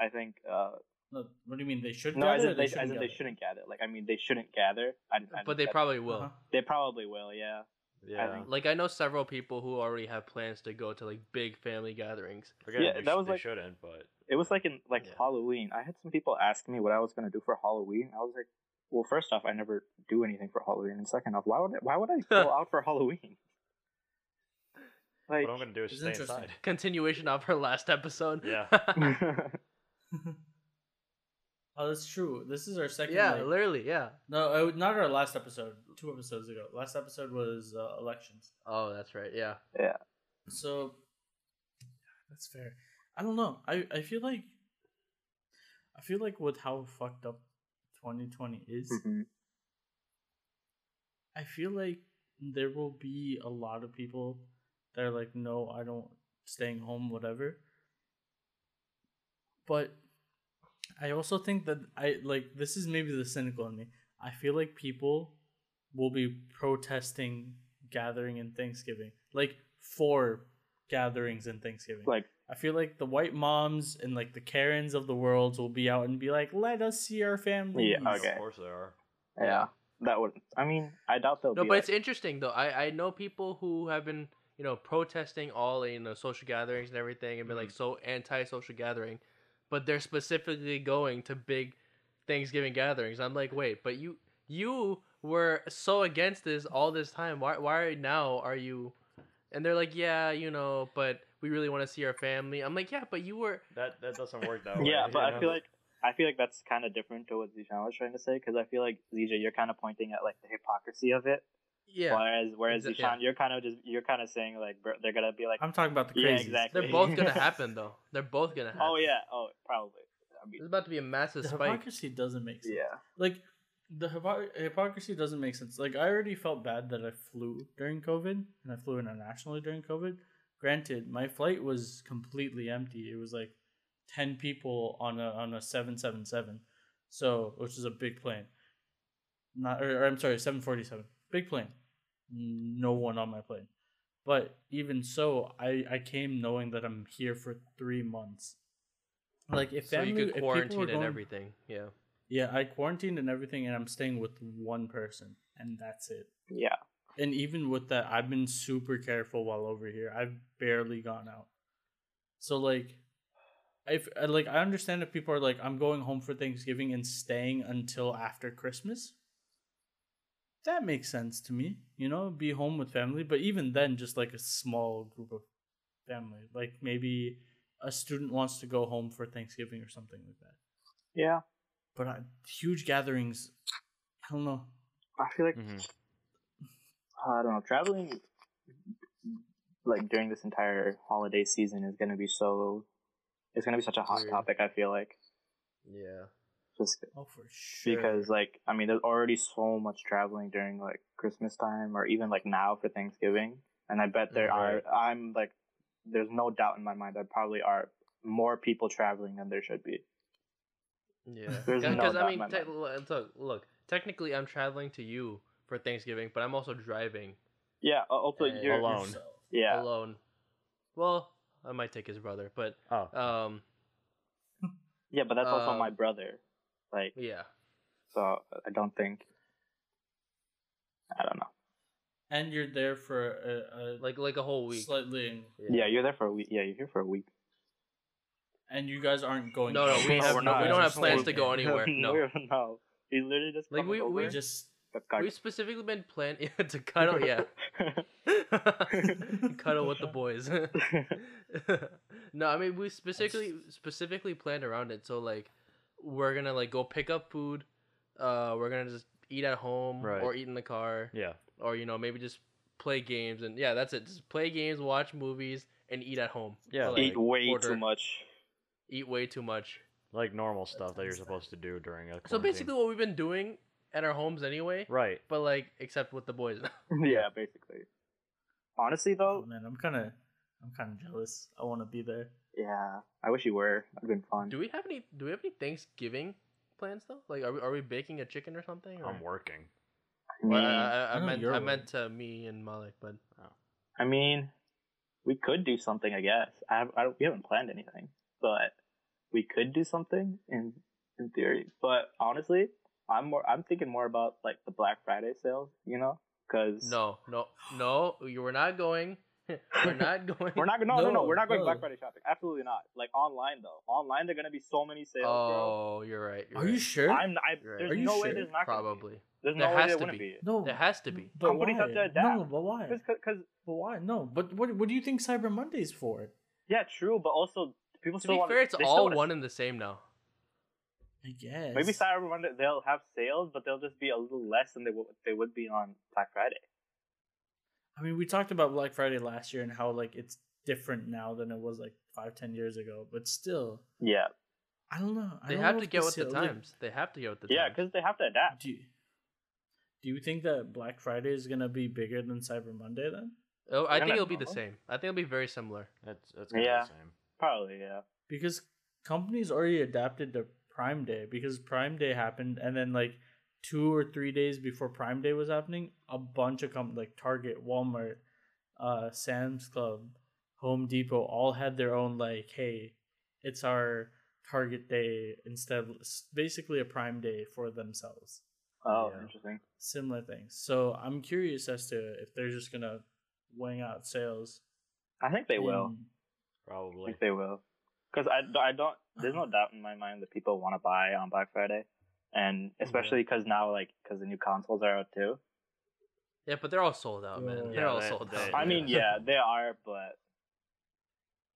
Speaker 2: I think. Uh,
Speaker 4: No, what do you mean they should?
Speaker 2: no,
Speaker 4: gather
Speaker 2: as
Speaker 4: or
Speaker 2: in they, as in
Speaker 4: gather?
Speaker 2: they shouldn't gather. Like, I mean, they shouldn't gather. I, I
Speaker 1: But they
Speaker 2: that-
Speaker 1: probably will.
Speaker 4: Uh-huh.
Speaker 2: They probably will. Yeah.
Speaker 3: yeah,
Speaker 2: think-
Speaker 1: Like I know several people who already have plans to go to like big family gatherings.
Speaker 3: Again,
Speaker 2: Yeah,
Speaker 3: they
Speaker 2: that
Speaker 3: sh-
Speaker 2: was
Speaker 3: they
Speaker 2: like-
Speaker 3: shouldn't, but
Speaker 2: It was like in like
Speaker 3: Yeah.
Speaker 2: Halloween. I had some people ask me what I was gonna do for Halloween. I was like, well, first off, I never do anything for Halloween, and second off, why would I, why would I go out for Halloween? Like,
Speaker 3: what I'm gonna do is
Speaker 4: It's
Speaker 3: stay
Speaker 4: interesting.
Speaker 3: inside.
Speaker 1: Continuation of her last episode.
Speaker 3: Yeah.
Speaker 4: Oh, that's true. This is our second.
Speaker 1: yeah,
Speaker 4: like-
Speaker 1: literally, yeah.
Speaker 4: no, I would- not our last episode. Two episodes ago. Last episode was uh, elections.
Speaker 1: Oh, that's right. Yeah.
Speaker 4: So that's fair. I don't know. I, I feel like I feel like with how fucked up 2020 is,
Speaker 2: Mhm.
Speaker 4: I feel like there will be a lot of people that are like, no, I don't staying home, whatever. But I also think that I like this is maybe the cynical in me. I feel like people will be protesting gathering and Thanksgiving, like for gatherings and Thanksgiving.
Speaker 2: like
Speaker 4: I feel like the white moms and like the Karens of the world will be out and be like, "Let us see our family."
Speaker 2: Yeah, okay.
Speaker 3: Of course they are.
Speaker 2: yeah, that would. I mean, I doubt they'll
Speaker 1: No,
Speaker 2: be.
Speaker 1: but it's
Speaker 2: like-
Speaker 1: interesting though. I I know people who have been you know protesting all you know social gatherings and everything, and been
Speaker 2: Mm-hmm.
Speaker 1: like so anti-social gathering, but they're specifically going to big Thanksgiving gatherings. I'm like, wait, but you you were so against this all this time. Why why now are you? And they're like, yeah, you know, but we really want to see our family. I'm like, yeah, but you were.
Speaker 3: That that doesn't work that way.
Speaker 2: yeah, but
Speaker 3: you
Speaker 2: I
Speaker 3: know?
Speaker 2: feel like I feel like that's kind of different to what Zijan was trying to say because I feel like Zija, you're kind of pointing at like the hypocrisy of it,
Speaker 1: Yeah,
Speaker 2: whereas whereas
Speaker 1: Exa-
Speaker 2: Zishan,
Speaker 1: yeah.
Speaker 2: you're kind of just you're kind of saying like bro, they're gonna be like,
Speaker 4: I'm talking about the
Speaker 2: yeah,
Speaker 4: crazies.
Speaker 2: exactly.
Speaker 1: they're both gonna happen though. They're both gonna happen.
Speaker 2: oh yeah, oh probably. I mean,
Speaker 1: There's about to be a massive
Speaker 4: The
Speaker 1: spike.
Speaker 4: hypocrisy doesn't make sense.
Speaker 2: yeah.
Speaker 4: Like the hypo- hypocrisy doesn't make sense. Like I already felt bad that I flew during COVID and I flew internationally during COVID. Granted, my flight was completely empty. It was like ten people on a on a seven seven seven, so which is a big plane. Not or, or I'm sorry, seven forty seven, big plane. No one on my plane. But even so, I I came knowing that I'm here for three months. Like if
Speaker 1: so you
Speaker 4: family- if
Speaker 1: could
Speaker 4: people were
Speaker 1: quarantine and
Speaker 4: going-
Speaker 1: everything. Yeah.
Speaker 4: yeah, I quarantined and everything, and I'm staying with one person, and that's it.
Speaker 2: Yeah.
Speaker 4: And even with that, I've been super careful while over here. I've barely gone out. So like, if uh, like I understand if people are like, I'm going home for Thanksgiving and staying until after Christmas. That makes sense to me, you know, be home with family. But even then, just like a small group of family, like maybe a student wants to go home for Thanksgiving or something like that
Speaker 2: Yeah.
Speaker 4: but I, huge gatherings. I don't know.
Speaker 2: I feel like
Speaker 3: Mhm.
Speaker 2: I don't know. Traveling like during this entire holiday season is going to be so. It's going to be such a hot
Speaker 1: Weird.
Speaker 2: topic. I feel like
Speaker 1: Yeah.
Speaker 2: just
Speaker 4: Oh, for sure.
Speaker 2: because like I mean, there's already so much traveling during like Christmas time or even like now for Thanksgiving, and I bet there
Speaker 3: Right.
Speaker 2: are. I'm like, there's no doubt in my mind that probably are more people traveling than there should be.
Speaker 1: Yeah.
Speaker 2: There's no
Speaker 1: Because
Speaker 2: doubt
Speaker 1: I
Speaker 2: in
Speaker 1: mean,
Speaker 2: my
Speaker 1: te-
Speaker 2: mind.
Speaker 1: look, look, look, technically, I'm traveling to you for Thanksgiving, but I'm also driving
Speaker 2: Yeah. uh, Also,
Speaker 1: And-
Speaker 2: you're
Speaker 3: Alone.
Speaker 2: yeah.
Speaker 1: alone. Well, I might take his brother, but
Speaker 3: Oh,
Speaker 1: um,
Speaker 2: Yeah, but that's also
Speaker 1: Um,
Speaker 2: my brother. Like,
Speaker 1: yeah.
Speaker 2: so I don't think. I don't know.
Speaker 4: And you're there for a, a
Speaker 1: Like like a whole week.
Speaker 4: slightly,
Speaker 2: Yeah, you're there for a week. Yeah, you're here for a week.
Speaker 4: and you guys aren't going.
Speaker 1: No, no, we
Speaker 4: anywhere.
Speaker 1: have
Speaker 2: we're
Speaker 1: no, we
Speaker 2: not.
Speaker 1: don't have
Speaker 2: Just
Speaker 1: plans
Speaker 2: leave.
Speaker 1: to go anywhere. No,
Speaker 2: We're- no. He's literally just
Speaker 1: Like,
Speaker 2: coming
Speaker 1: we-
Speaker 2: over.
Speaker 1: we
Speaker 4: We just
Speaker 2: That's got-
Speaker 1: we've specifically been planning to cuddle. Yeah, cuddle with the boys. no, I mean we specifically specifically planned around it. So like, we're gonna like go pick up food. Uh, we're gonna just eat at home
Speaker 3: Right.
Speaker 1: or eat in the car,
Speaker 3: yeah.
Speaker 1: or you know maybe just play games and yeah, that's it. Just play games, watch movies, and eat at home.
Speaker 3: Yeah,
Speaker 1: Or,
Speaker 3: like,
Speaker 2: eat way
Speaker 1: order.
Speaker 2: too much.
Speaker 1: Eat way too much.
Speaker 3: Like normal stuff that you're
Speaker 4: sounds bad.
Speaker 3: supposed to do during a.
Speaker 1: So
Speaker 3: quarantine.
Speaker 1: basically, what we've been doing at our homes anyway,
Speaker 3: right.
Speaker 1: but like except with the boys.
Speaker 2: yeah, basically. Honestly,
Speaker 4: Oh
Speaker 2: though,
Speaker 4: man, I'm kind of, I'm kind of jealous. I want to be there.
Speaker 2: yeah, I wish you were. That'd been fun.
Speaker 1: Do we have any? Do we have any Thanksgiving plans though? Like, are we are we baking a chicken or something? Or?
Speaker 3: I'm working.
Speaker 2: I mean,
Speaker 1: Well, I, I, I
Speaker 4: I know
Speaker 1: meant
Speaker 4: you're Oh.
Speaker 1: I
Speaker 4: away.
Speaker 1: meant uh, me and Malik, but
Speaker 2: I mean, we could do something, I guess. I, I don't- we haven't planned anything, but we could do something in in theory. But honestly, I'm more I'm thinking more about like the Black Friday sales, you know, because
Speaker 1: no, no, no, you were not going. we're not going.
Speaker 2: we're not no no no,
Speaker 4: No,
Speaker 2: we're not going
Speaker 4: no.
Speaker 2: Black Friday shopping. Absolutely not. Like online though, online there're gonna be so many sales. bro.
Speaker 1: Oh, you're right. You're
Speaker 4: Are you
Speaker 1: right.
Speaker 4: sure?
Speaker 2: I'm I,
Speaker 1: Right.
Speaker 2: there's
Speaker 4: Are you
Speaker 2: no way
Speaker 4: sure?
Speaker 2: there's not gonna be.
Speaker 1: Probably.
Speaker 2: There's
Speaker 1: There
Speaker 2: no way
Speaker 1: has
Speaker 2: there
Speaker 1: to
Speaker 2: wouldn't
Speaker 1: be.
Speaker 2: be.
Speaker 4: no,
Speaker 1: There has to be.
Speaker 4: But
Speaker 2: Companies
Speaker 4: why?
Speaker 2: have to
Speaker 4: No,
Speaker 2: adapt.
Speaker 4: but why?
Speaker 2: Because
Speaker 4: But why? No, but what? What do you think Cyber Monday's for?
Speaker 2: yeah, true, but also people
Speaker 1: To
Speaker 2: still
Speaker 1: be
Speaker 2: want
Speaker 1: fair, it's
Speaker 2: they still
Speaker 1: all
Speaker 2: wanna-
Speaker 1: one and the same now.
Speaker 4: I guess
Speaker 2: Maybe Cyber Monday they'll have sales, but they'll just be a little less than they would they would be on Black Friday.
Speaker 4: I mean, we talked about Black Friday last year and how like it's different now than it was like five, ten years ago. But still,
Speaker 2: Yeah,
Speaker 4: I don't know. I
Speaker 1: They
Speaker 4: don't
Speaker 1: have
Speaker 4: know
Speaker 1: to
Speaker 4: if
Speaker 1: get with the
Speaker 4: sale- like, uh,
Speaker 1: times. They have to get with the
Speaker 2: yeah,
Speaker 1: times.
Speaker 2: because they have to adapt.
Speaker 4: do you, do you think that Black Friday is gonna be bigger than Cyber Monday then?
Speaker 1: Oh, I
Speaker 2: They're
Speaker 1: think
Speaker 2: not
Speaker 1: it'll be the
Speaker 2: normal.
Speaker 1: same. I think it'll be very similar.
Speaker 3: That's that's kind
Speaker 2: Yeah.
Speaker 3: of the same.
Speaker 2: Probably, yeah.
Speaker 4: Because companies already adapted to Prime Day because Prime Day happened, and then like two or three days before Prime Day was happening, a bunch of companies like Target, Walmart, uh, Sam's Club, Home Depot all had their own like, hey, it's our Target Day instead of it's basically a Prime Day for themselves.
Speaker 2: Oh,
Speaker 1: Yeah.
Speaker 2: interesting.
Speaker 4: similar things. So I'm curious as to if they're just gonna wing out sales.
Speaker 2: I think they will.
Speaker 4: in-
Speaker 2: I
Speaker 3: Probably.
Speaker 2: think they will. Because I, I don't. There's no doubt in my mind that people want to buy on Black Friday, and especially because now like because the new consoles are out too.
Speaker 1: Yeah, but they're all sold out, man.
Speaker 4: Mm, Yeah,
Speaker 1: they're all
Speaker 3: they-
Speaker 1: sold
Speaker 3: they-
Speaker 1: out.
Speaker 2: I mean,
Speaker 3: Yeah.
Speaker 2: yeah, they are, but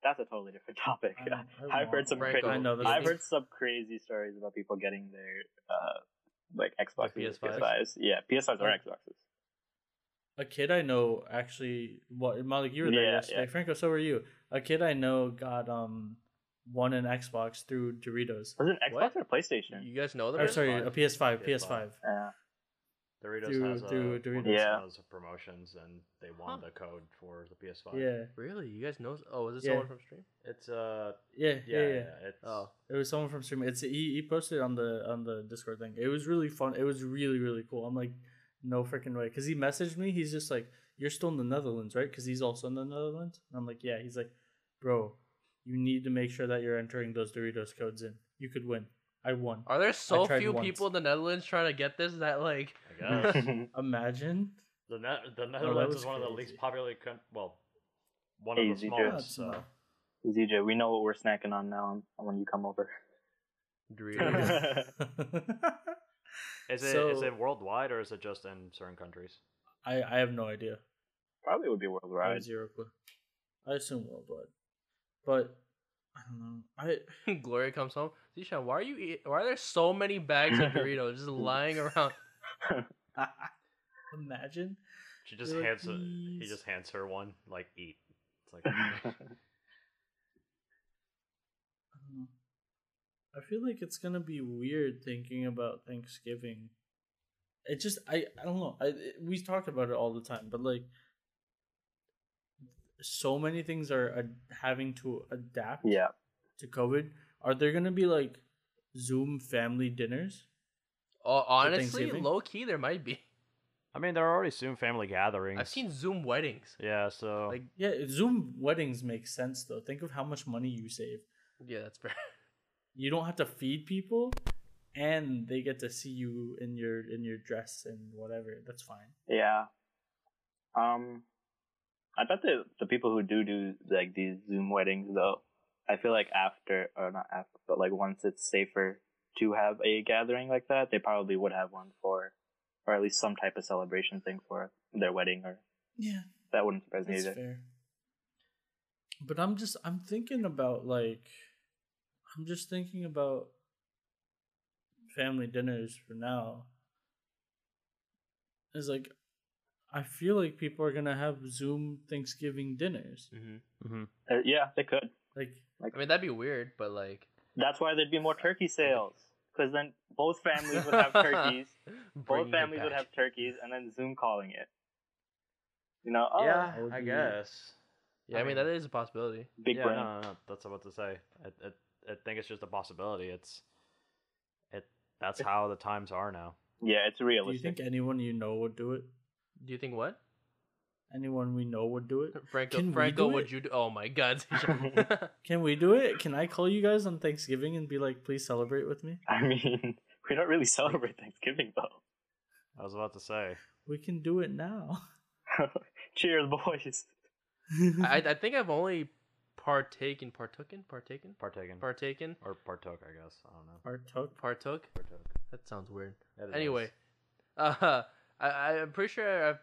Speaker 2: that's a totally different topic.
Speaker 4: I don't- I don't
Speaker 2: I've heard
Speaker 4: know.
Speaker 2: some
Speaker 1: Franco,
Speaker 2: crazy.
Speaker 4: I know this
Speaker 2: I've
Speaker 4: is-
Speaker 2: heard some crazy stories about people getting their uh like Xbox
Speaker 1: PS5s?
Speaker 2: PS5s. Yeah, PS5s or
Speaker 4: Oh.
Speaker 2: Xboxes.
Speaker 4: A kid I know actually. What Malik, you were there
Speaker 2: Yeah,
Speaker 4: yesterday.
Speaker 2: yeah.
Speaker 4: Franco, so were you. A kid I know got um One and Xbox through Doritos.
Speaker 2: Was it Xbox
Speaker 1: What?
Speaker 2: or PlayStation?
Speaker 1: You guys know the
Speaker 4: Or Oh, sorry,
Speaker 1: response?
Speaker 4: a PS5, PS5.
Speaker 3: PS5.
Speaker 2: Yeah.
Speaker 3: Doritos
Speaker 4: Through-
Speaker 3: has a,
Speaker 4: through Doritos.
Speaker 2: Yeah.
Speaker 3: has promotions, and they won
Speaker 1: Huh.
Speaker 3: the code for the PS5.
Speaker 4: Yeah,
Speaker 1: Really? You guys know? Oh, is this
Speaker 4: Yeah.
Speaker 1: someone from stream?
Speaker 3: it's uh,
Speaker 4: yeah, yeah,
Speaker 3: yeah,
Speaker 4: yeah.
Speaker 3: yeah, it's
Speaker 1: Oh,
Speaker 4: It was someone from stream. It's he, he posted on the on the Discord thing. It was really fun. It was really really cool. I'm like, no freaking way. Cause he messaged me. He's just like, you're still in the Netherlands, right? Cause he's also in the Netherlands. And I'm like, yeah. He's like, bro, you need to make sure that you're entering those Doritos codes in. You could win. I won.
Speaker 1: are there so
Speaker 4: tried
Speaker 1: few
Speaker 4: once.
Speaker 1: people in the Netherlands trying to get this that like?
Speaker 3: I guess.
Speaker 1: Oh.
Speaker 4: Imagine.
Speaker 3: The, ne- the Netherlands is
Speaker 4: Oh, was
Speaker 3: one of the
Speaker 4: crazy.
Speaker 3: least populated countries. Well, one of the
Speaker 2: Easy
Speaker 3: smallest.
Speaker 4: That's
Speaker 3: So.
Speaker 4: not-
Speaker 2: ZJ, we know what we're snacking on now when you come over.
Speaker 1: Doritos.
Speaker 3: Is it is
Speaker 4: So-
Speaker 3: it worldwide or is it just in certain countries?
Speaker 4: I I have no idea.
Speaker 2: Probably would be
Speaker 4: I
Speaker 2: worldwide.
Speaker 4: have zero clue. I assume worldwide, but I don't know. I
Speaker 1: Gloria comes home. Zishan, why are you? Eat- why are there so many bags of Doritos just lying around?
Speaker 4: Imagine.
Speaker 3: She just
Speaker 4: They're like,
Speaker 3: hands her, he
Speaker 4: "Please."
Speaker 3: just hands her one like eat. It's like
Speaker 4: I don't know. I feel like it's gonna be weird thinking about Thanksgiving. It just I I don't know. I it- we talked about it all the time, but like so many things are uh, having to adapt
Speaker 2: yeah.
Speaker 4: to COVID. Are there gonna be like Zoom family dinners?
Speaker 1: Oh, honestly,
Speaker 4: Thanksgiving?
Speaker 1: low key there might be.
Speaker 3: I mean, there are already soon family gatherings.
Speaker 1: I've seen Zoom weddings.
Speaker 3: Yeah, so
Speaker 1: Like,
Speaker 4: Yeah, Zoom weddings make sense though. Think of how much money you save.
Speaker 1: yeah, that's fair.
Speaker 4: You don't have to feed people, and they get to see you in your in your dress and whatever. That's fine.
Speaker 2: Yeah. Um, I bet the the people who do do like these Zoom weddings though, I feel like after or not after, but like once it's safer to have a gathering like that, they probably would have one for, or at least some type of celebration thing for their wedding, or
Speaker 4: Yeah,
Speaker 2: that wouldn't surprise me
Speaker 4: That's
Speaker 2: either.
Speaker 4: fair. But I'm just I'm thinking about like I'm just thinking about family dinners for now. It's like I feel like people are gonna have Zoom Thanksgiving dinners.
Speaker 2: Uh, yeah, they could.
Speaker 4: Like
Speaker 1: I mean, that'd be weird, but like,
Speaker 2: That's why there'd be more turkey sales, because then both families would have turkeys. both
Speaker 1: bringing it
Speaker 2: families would
Speaker 1: back.
Speaker 2: have turkeys, and then Zoom calling it. You know, oh,
Speaker 3: yeah,
Speaker 4: that would
Speaker 3: I
Speaker 4: be-
Speaker 3: guess.
Speaker 1: Yeah, I mean, that is a possibility.
Speaker 2: big
Speaker 3: yeah,
Speaker 2: brain.
Speaker 3: No, no, no, that's what to say. I, I, I think it's just a possibility. It's it. That's how the times are now.
Speaker 2: Yeah, it's
Speaker 4: do you
Speaker 2: realistic.
Speaker 4: think anyone you know would do it?
Speaker 1: Do you think what?
Speaker 4: Anyone we know would do it?
Speaker 1: Franco,
Speaker 4: Can we
Speaker 1: Franco,
Speaker 4: do
Speaker 1: would
Speaker 4: it?
Speaker 1: you do? Oh my God, Zishan.
Speaker 4: Can we do it? Can I call you guys on Thanksgiving and be like, please celebrate with me?
Speaker 2: I mean, we don't really celebrate Thanksgiving though.
Speaker 3: I was about to say.
Speaker 4: We can do it now.
Speaker 2: Cheers, boys.
Speaker 1: I, I think I've only partaken, partooken, partaken,
Speaker 3: Partaken.
Speaker 1: partaken,
Speaker 3: or partook, I guess. I don't know.
Speaker 4: partook.
Speaker 1: partook.
Speaker 3: Partook.
Speaker 1: That sounds weird.
Speaker 3: That is
Speaker 1: Anyway,
Speaker 3: nice.
Speaker 1: uh, I, I'm pretty sure I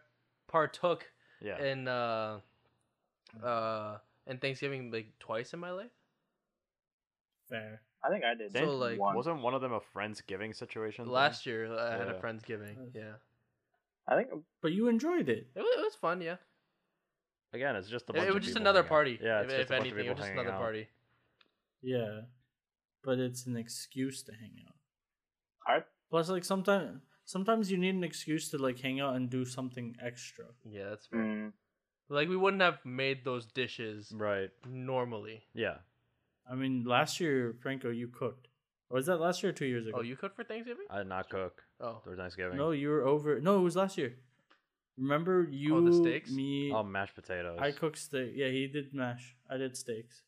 Speaker 1: partook
Speaker 3: Yeah.
Speaker 1: in uh, uh, in Thanksgiving like twice in my life.
Speaker 4: Fair.
Speaker 2: I think I did.
Speaker 1: So, like,
Speaker 2: one.
Speaker 3: Wasn't one of them a friendsgiving situation? thing?
Speaker 1: Last year, uh, I had a
Speaker 3: Yeah.
Speaker 1: friendsgiving.
Speaker 4: Nice.
Speaker 1: Yeah,
Speaker 2: I think
Speaker 4: But you enjoyed it.
Speaker 1: it was, it was fun. Yeah,
Speaker 3: Again, it's just a
Speaker 1: it,
Speaker 3: bunch
Speaker 1: it
Speaker 3: of
Speaker 1: was just
Speaker 3: people
Speaker 1: another
Speaker 3: hanging out.
Speaker 1: party.
Speaker 3: Yeah,
Speaker 1: if,
Speaker 3: it's just
Speaker 1: if
Speaker 3: a bunch of
Speaker 1: anything, it
Speaker 3: people
Speaker 1: was just
Speaker 3: hanging
Speaker 1: another
Speaker 3: out.
Speaker 1: party.
Speaker 4: Yeah, but it's an excuse to hang out.
Speaker 2: I
Speaker 4: Plus, like sometimes sometimes you need an excuse to like hang out and do something extra.
Speaker 1: Yeah, that's fair.
Speaker 2: mm,
Speaker 1: Like we wouldn't have made those dishes
Speaker 3: Right.
Speaker 1: normally.
Speaker 3: Yeah.
Speaker 4: I mean, last year, Franco, you cooked. Or was that last year or two years ago?
Speaker 1: Oh, you cooked for Thanksgiving?
Speaker 3: I did not cook
Speaker 1: Oh,
Speaker 3: for Thanksgiving.
Speaker 4: No, you were over. No, it was last year. Remember you,
Speaker 1: steaks?
Speaker 4: me,
Speaker 3: Oh, mashed potatoes.
Speaker 4: I cooked steak. Yeah, he did mash. I did steaks.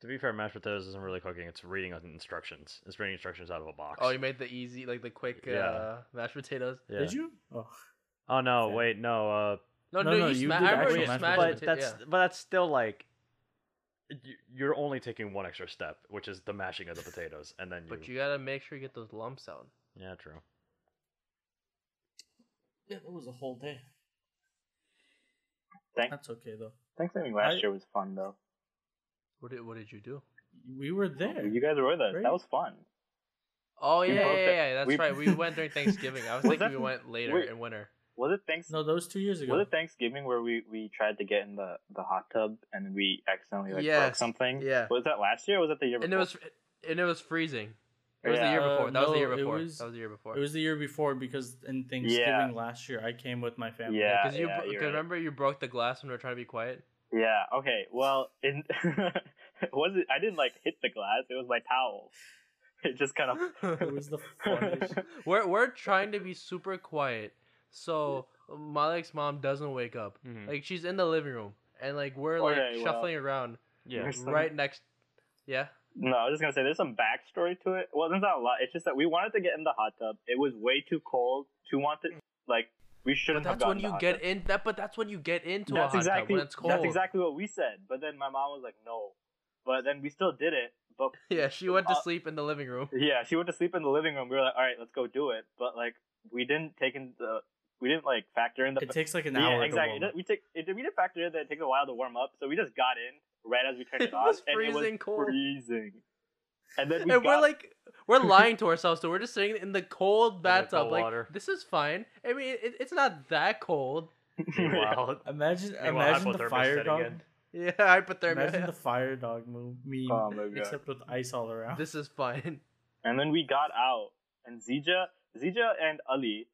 Speaker 3: To be fair, mashed potatoes isn't really cooking. It's reading on instructions. It's reading instructions out of a box.
Speaker 1: oh, you made the easy, like the quick
Speaker 3: Yeah.
Speaker 1: uh, mashed potatoes.
Speaker 3: yeah.
Speaker 4: Did you? Oh,
Speaker 3: Oh no!
Speaker 4: Fair.
Speaker 3: Wait, no. Uh,
Speaker 1: No,
Speaker 4: No,
Speaker 1: no,
Speaker 4: no,
Speaker 1: you,
Speaker 4: you
Speaker 1: sma-
Speaker 4: did
Speaker 1: I remember
Speaker 4: actual
Speaker 1: you
Speaker 4: mashed
Speaker 1: smashed
Speaker 3: but
Speaker 4: potatoes,
Speaker 1: potato-
Speaker 3: that's but that's still like you- you're only taking one extra step, which is the mashing of the potatoes, and then
Speaker 1: yeah.
Speaker 3: you.
Speaker 1: But you gotta make sure you get those lumps out.
Speaker 3: Yeah, true.
Speaker 4: yeah, that was a whole day.
Speaker 2: Thank-
Speaker 4: That's okay though.
Speaker 2: Thanksgiving last
Speaker 4: I-
Speaker 2: year was fun though.
Speaker 1: What did What did you do?
Speaker 4: We were there.
Speaker 2: You guys were with us.
Speaker 4: Great.
Speaker 2: That was fun.
Speaker 1: Oh
Speaker 2: We
Speaker 1: yeah, yeah,
Speaker 2: both
Speaker 1: Oh, yeah,
Speaker 2: did-
Speaker 1: yeah, That's
Speaker 2: we-
Speaker 1: right. We went during Thanksgiving. I was
Speaker 2: Was
Speaker 1: thinking
Speaker 2: that-
Speaker 1: we went later
Speaker 2: wait.
Speaker 1: in winter.
Speaker 2: Was it thanks?
Speaker 4: No, that was two years ago.
Speaker 2: Was it Thanksgiving where we, we tried to get in the, the hot tub and we accidentally like broke
Speaker 1: Yes,
Speaker 2: something?
Speaker 1: yeah.
Speaker 2: Was that last year? or Was that the year before?
Speaker 1: and it was and it was freezing. It was the year
Speaker 4: Yeah.
Speaker 1: before.
Speaker 4: Uh,
Speaker 1: that was the
Speaker 4: no,
Speaker 1: year
Speaker 4: it
Speaker 1: before.
Speaker 4: was-
Speaker 1: that was the year before.
Speaker 4: It was the year before because in Thanksgiving last year I came with my family.
Speaker 2: Yeah.
Speaker 1: because you
Speaker 2: yeah,
Speaker 1: bro-
Speaker 2: you're
Speaker 1: 'cause
Speaker 2: right.
Speaker 1: remember you broke the glass when we were trying to be quiet.
Speaker 2: Yeah. Okay. Well, in was it? I didn't like hit the glass. It was my towel. It just kind of.
Speaker 4: It was the funniest.
Speaker 1: we're we're trying to be super quiet, so Malik's mom doesn't wake up.
Speaker 2: Mm-hmm.
Speaker 3: Mhm.
Speaker 1: Like she's in the living room, and like we're like
Speaker 2: Okay, well-
Speaker 1: shuffling around
Speaker 3: Yeah.
Speaker 2: There's some-
Speaker 1: right next. Yeah,
Speaker 2: No, I was just gonna say there's some backstory to it. Well, there's not a lot. It's just that we wanted to get in the hot tub. It was way too cold to want to like. We
Speaker 1: but
Speaker 2: shouldn't have
Speaker 1: that's
Speaker 2: gotten
Speaker 1: when
Speaker 2: the
Speaker 1: you
Speaker 2: hot
Speaker 1: get
Speaker 2: tub.
Speaker 1: in. That but that's when you get into
Speaker 2: that's
Speaker 1: a hot
Speaker 2: exactly
Speaker 1: tub when it's cold.
Speaker 2: that's exactly what we said. But then my mom was like, "No," but then we still did it. But
Speaker 1: Yeah, she went to
Speaker 2: Uh,
Speaker 1: sleep in the living room.
Speaker 2: Yeah, she went to sleep in the living room. We were like, all right, let's go do it. But like, we didn't take in the, we didn't like factor in the.
Speaker 4: It takes like an
Speaker 2: yeah,
Speaker 4: hour.
Speaker 2: exactly. It
Speaker 4: To
Speaker 2: did- we take it, we didn't factor in that it takes a while to warm up, so we just got in right as we turned it,
Speaker 1: It
Speaker 2: on,
Speaker 1: was
Speaker 2: and it was
Speaker 1: freezing cold.
Speaker 2: freezing. And then we
Speaker 1: and
Speaker 2: got,
Speaker 1: we're like we're lying to ourselves so we're just sitting in the cold bathtub
Speaker 3: cold
Speaker 1: like
Speaker 3: water.
Speaker 1: this is fine i mean it, it's not that cold
Speaker 3: Meanwhile,
Speaker 4: imagine,
Speaker 3: meanwhile
Speaker 4: imagine the
Speaker 3: hypothermia
Speaker 4: fire
Speaker 3: setting
Speaker 4: dog.
Speaker 3: in.
Speaker 1: yeah hypothermia
Speaker 4: Imagine the fire dog move meme,
Speaker 2: Oh my God.
Speaker 4: except with ice all around.
Speaker 1: this is fine
Speaker 2: and then we got out, and Zija, Zija and Ali,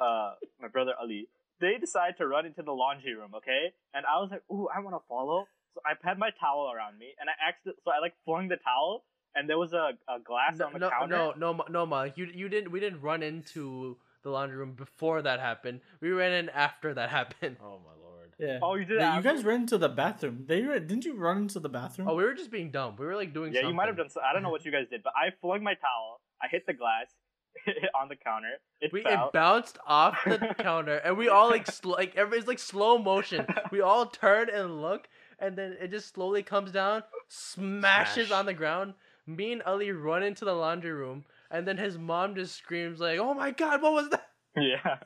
Speaker 2: uh, my brother Ali, they decide to run into the laundry room, okay? And I was like, ooh, I want to follow. So I had my towel around me, and I accident, so I like flung the towel, and there was a, a glass
Speaker 1: no
Speaker 2: on the
Speaker 1: no,
Speaker 2: counter.
Speaker 1: no no Ma- no ma you, you didn't we didn't run into the laundry room before that happened we ran in after that happened
Speaker 3: Oh my lord.
Speaker 4: Yeah.
Speaker 2: Oh, you did.
Speaker 4: That-
Speaker 2: it
Speaker 4: you guys ran into the bathroom. They ran, didn't you run into the bathroom?
Speaker 1: oh we were just being dumb we were like doing
Speaker 2: Yeah,
Speaker 1: something
Speaker 2: you might have done. So- I don't know what you guys did, but I flung my towel. I hit the glass on the counter. It
Speaker 1: we, it
Speaker 2: fell.
Speaker 1: bounced off the counter, and we all like sl- like everybody's like slow motion. We all turn and look, and then it just slowly comes down, smashes
Speaker 3: Smash.
Speaker 1: on the ground. Me and Ali run into the laundry room, and then his mom just screams like, "Oh my god, what was that?"
Speaker 2: yeah.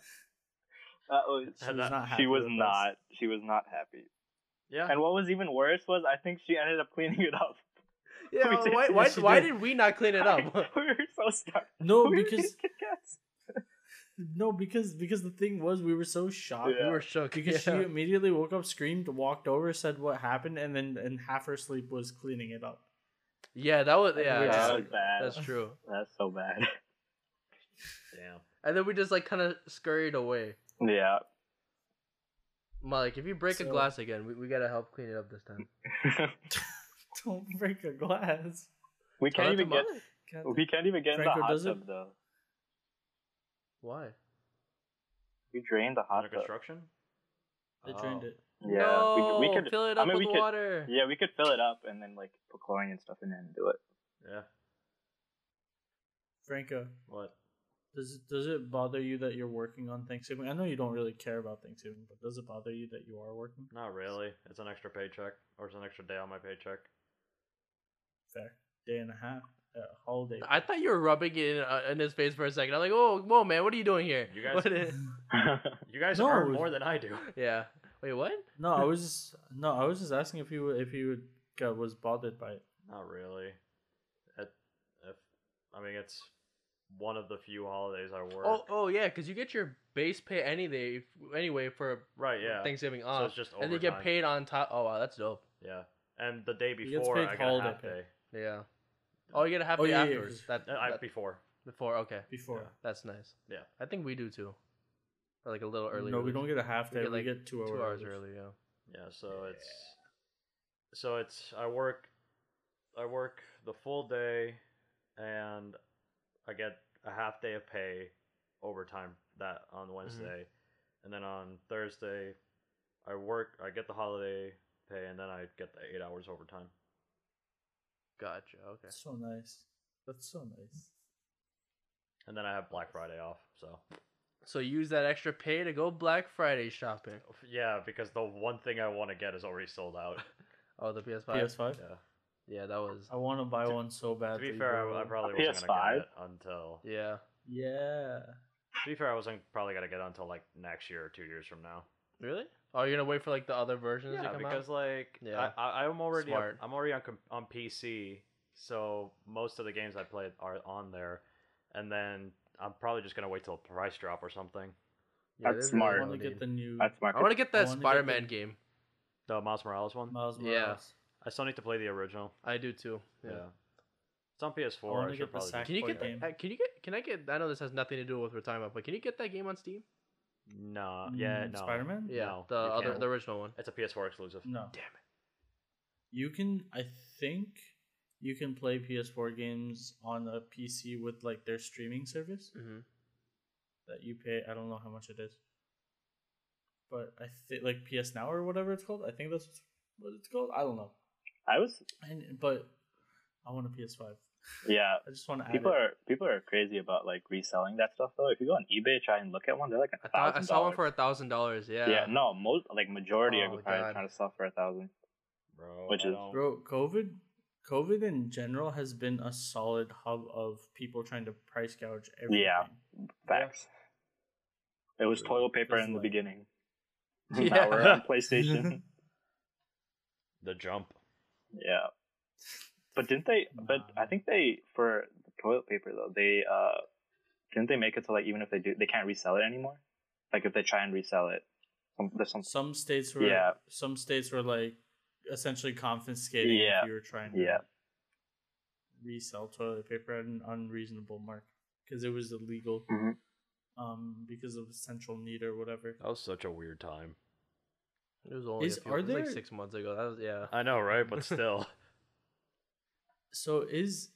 Speaker 2: That was,
Speaker 4: she was
Speaker 3: That-
Speaker 4: not. Happy
Speaker 2: she was
Speaker 4: with us.
Speaker 2: not. She was not happy.
Speaker 3: Yeah.
Speaker 2: And what was even worse was I think she ended up cleaning it up.
Speaker 1: Yeah,
Speaker 2: We did-
Speaker 1: why
Speaker 2: yeah,
Speaker 1: why,
Speaker 4: she
Speaker 1: why
Speaker 4: did.
Speaker 1: did we not clean it up? Oh,
Speaker 2: we were so stuck.
Speaker 4: No,
Speaker 2: we
Speaker 4: because
Speaker 2: were eating Kit Kats.
Speaker 4: no, because because the thing was, we were so shocked.
Speaker 2: Yeah.
Speaker 1: We were shook
Speaker 4: Because
Speaker 1: yeah.
Speaker 4: she immediately woke up, screamed, walked over, said what happened, and then in half her sleep was cleaning it up.
Speaker 1: yeah, that was
Speaker 4: we
Speaker 1: yeah,
Speaker 4: were
Speaker 2: that
Speaker 4: just
Speaker 1: yeah,
Speaker 2: was bad.
Speaker 1: that's true.
Speaker 2: That's so bad.
Speaker 3: Damn.
Speaker 1: And then we just like kind of scurried away.
Speaker 2: yeah.
Speaker 1: Malik, if you break a
Speaker 4: So-
Speaker 1: glass again, we, we gotta help clean it up this time.
Speaker 4: Don't break a glass.
Speaker 2: we
Speaker 1: Tell
Speaker 2: can't
Speaker 1: that to
Speaker 2: even get.
Speaker 1: Malik.
Speaker 4: God,
Speaker 2: We can't even get in the
Speaker 4: Franco
Speaker 2: hot
Speaker 4: does it?
Speaker 2: tub though.
Speaker 1: Why?
Speaker 2: We drained the
Speaker 3: Under
Speaker 2: hot tub.
Speaker 3: construction.
Speaker 4: they drained
Speaker 3: Oh.
Speaker 4: it.
Speaker 2: Yeah.
Speaker 1: no,
Speaker 2: we, we could
Speaker 1: fill it
Speaker 2: I
Speaker 1: up
Speaker 2: mean,
Speaker 1: with
Speaker 2: we could-
Speaker 1: water.
Speaker 2: Yeah, we could fill it up and then like put chlorine and stuff in it and do it.
Speaker 3: Yeah.
Speaker 4: Franco,
Speaker 3: What?
Speaker 4: does does it bother you that you're working on Thanksgiving? I know you don't really care about Thanksgiving, but does it bother you that you are working?
Speaker 3: Not really. It's an extra paycheck, or it's an extra day on my paycheck.
Speaker 4: Fair. Day and a half. Uh, holiday.
Speaker 1: I thought you were rubbing it in, uh, in his face for a second. I'm like, oh, whoa, man, what are you doing here?
Speaker 3: You guys-
Speaker 1: What is-
Speaker 3: You guys
Speaker 4: No,
Speaker 3: earn
Speaker 4: it-
Speaker 3: more than I do.
Speaker 1: yeah. Wait, what?
Speaker 4: no, I was just no, I was just asking if you would- if you would, uh, was bothered by it.
Speaker 3: Not really. It, if, I mean, it's one of the few holidays I work.
Speaker 1: Oh, oh, yeah, because you get your base pay any day, anyway, for
Speaker 3: right. Yeah.
Speaker 1: Thanksgiving
Speaker 3: So
Speaker 1: off,
Speaker 3: it's just
Speaker 1: and you get
Speaker 3: overtime.
Speaker 1: paid on top. Oh wow, that's dope.
Speaker 3: Yeah. And the day
Speaker 4: He gets
Speaker 3: before,
Speaker 4: paid
Speaker 3: I got a
Speaker 4: holiday
Speaker 3: half
Speaker 4: pay.
Speaker 3: day.
Speaker 1: Yeah. Oh, you get a half
Speaker 4: Oh,
Speaker 1: day
Speaker 4: yeah, yeah,
Speaker 1: afterwards.
Speaker 4: 'cause-
Speaker 1: That,
Speaker 3: Uh, I,
Speaker 1: that-
Speaker 3: before.
Speaker 1: before. Okay,
Speaker 4: Before.
Speaker 3: Yeah.
Speaker 1: that's nice.
Speaker 3: Yeah.
Speaker 1: I think we do too, or like a little earlier.
Speaker 4: no, we don't get a half
Speaker 1: We
Speaker 4: day.
Speaker 1: get,
Speaker 4: We
Speaker 1: like,
Speaker 4: get two,
Speaker 1: two hours
Speaker 4: early.
Speaker 1: early. Yeah.
Speaker 3: Yeah. So it's. So it's I work, I work the full day, and I get a half day of pay, overtime that on Wednesday, and then on Thursday, I work. I get the holiday pay, and then I get the eight hours overtime.
Speaker 1: Gotcha. Okay.
Speaker 4: So nice. That's so nice.
Speaker 3: and then I have Black Friday off. So
Speaker 1: So use that extra pay to go Black Friday shopping.
Speaker 3: yeah, because the one thing I want to get is already sold out.
Speaker 1: Oh, the PS5.
Speaker 4: PS5.
Speaker 3: Yeah.
Speaker 1: Yeah, that was.
Speaker 4: I want to buy one so bad.
Speaker 3: To be
Speaker 4: that
Speaker 3: fair,
Speaker 4: you
Speaker 3: I, I
Speaker 4: will.
Speaker 3: probably
Speaker 2: A
Speaker 3: wasn't gonna
Speaker 2: PS5?
Speaker 3: get it until.
Speaker 1: Yeah.
Speaker 4: Yeah.
Speaker 3: To be fair, I wasn't probably gonna get it until like next year or two years from now.
Speaker 1: Really? Oh, you're gonna wait for like the other versions to
Speaker 3: Yeah,
Speaker 1: come
Speaker 3: because
Speaker 1: out?
Speaker 3: like
Speaker 1: Yeah.
Speaker 3: I, I, I'm already up-
Speaker 1: Smart.
Speaker 3: I'm already on com- on PC, so most of the games I play are on there, and then I'm probably just gonna wait till price drop or something.
Speaker 2: That's
Speaker 1: Yeah, they really
Speaker 2: smart.
Speaker 4: I
Speaker 1: wanna
Speaker 4: want to
Speaker 1: do-
Speaker 4: get the new
Speaker 2: That's my.
Speaker 1: I want to get
Speaker 4: I
Speaker 1: that
Speaker 4: wanna get
Speaker 1: Spider Man
Speaker 4: the-
Speaker 1: game.
Speaker 3: The Miles Morales one.
Speaker 4: Miles
Speaker 1: Yeah.
Speaker 4: Morales.
Speaker 3: I still need to play the original.
Speaker 1: I do too. Yeah.
Speaker 3: Yeah. It's on
Speaker 4: I
Speaker 3: PS4.
Speaker 4: want
Speaker 3: I,
Speaker 4: to
Speaker 3: should
Speaker 4: get the
Speaker 3: probably.
Speaker 4: sack
Speaker 1: Can you
Speaker 4: boy
Speaker 1: get
Speaker 4: game.
Speaker 1: that? Can you get? Can I get? I know this has nothing to do with what we're talking about, but can you get that game on Steam?
Speaker 3: No. Yeah.
Speaker 4: Mm,
Speaker 3: No.
Speaker 4: Spider-Man?
Speaker 1: Yeah,
Speaker 3: No,
Speaker 1: the
Speaker 3: you
Speaker 1: other,
Speaker 3: can't.
Speaker 1: the original one.
Speaker 3: It's a PS4 exclusive.
Speaker 4: No.
Speaker 1: Damn
Speaker 4: You can, I think, you can play PS4 games on a PC with like their streaming service
Speaker 1: it.
Speaker 3: Mm-hmm.
Speaker 1: hmm
Speaker 4: that you pay. I don't know how much it is, but I think like PS Now or whatever it's called. I think that's what it's called. I don't know.
Speaker 2: I was.
Speaker 4: And but I want a PS5.
Speaker 2: Yeah.
Speaker 4: I just want to.
Speaker 2: People
Speaker 4: add it.
Speaker 2: are people are crazy about like reselling that stuff though. If you go on eBay, try and look at one, they're like
Speaker 1: I
Speaker 2: a
Speaker 1: thought I
Speaker 2: thousand.
Speaker 1: saw one for
Speaker 2: dollars.
Speaker 1: a thousand dollars. Yeah.
Speaker 2: Yeah, no, most like majority
Speaker 1: Oh,
Speaker 2: are probably
Speaker 1: God.
Speaker 2: trying to sell for a thousand.
Speaker 3: Bro.
Speaker 2: Which
Speaker 3: I
Speaker 2: is-
Speaker 3: don't-
Speaker 4: Bro, COVID, COVID in general has been a solid hub of people trying to price gouge everything.
Speaker 2: Yeah. Facts. It was
Speaker 3: Yeah.
Speaker 2: toilet paper
Speaker 4: That's
Speaker 2: in the
Speaker 4: like-
Speaker 2: beginning.
Speaker 1: Yeah.
Speaker 2: Now we're on PlayStation.
Speaker 3: The jump.
Speaker 2: yeah, but didn't they? But I
Speaker 4: Nah.
Speaker 2: think they for the toilet paper though they uh didn't they make it so like even if they do they can't resell it anymore. Like if they try and resell it, some, there's some
Speaker 4: Some states were.
Speaker 2: Yeah.
Speaker 4: Some states were like essentially confiscating
Speaker 2: Yeah.
Speaker 4: if you were trying to
Speaker 2: Yeah.
Speaker 4: resell toilet paper at an unreasonable mark because it was illegal.
Speaker 2: Mhm.
Speaker 4: Um, because of essential need or whatever.
Speaker 3: That was such a weird time.
Speaker 1: It was only
Speaker 4: Is-
Speaker 1: a few,
Speaker 4: are
Speaker 1: it was like
Speaker 4: there-
Speaker 1: six months ago. That was yeah.
Speaker 3: I know, right? But still.
Speaker 4: So is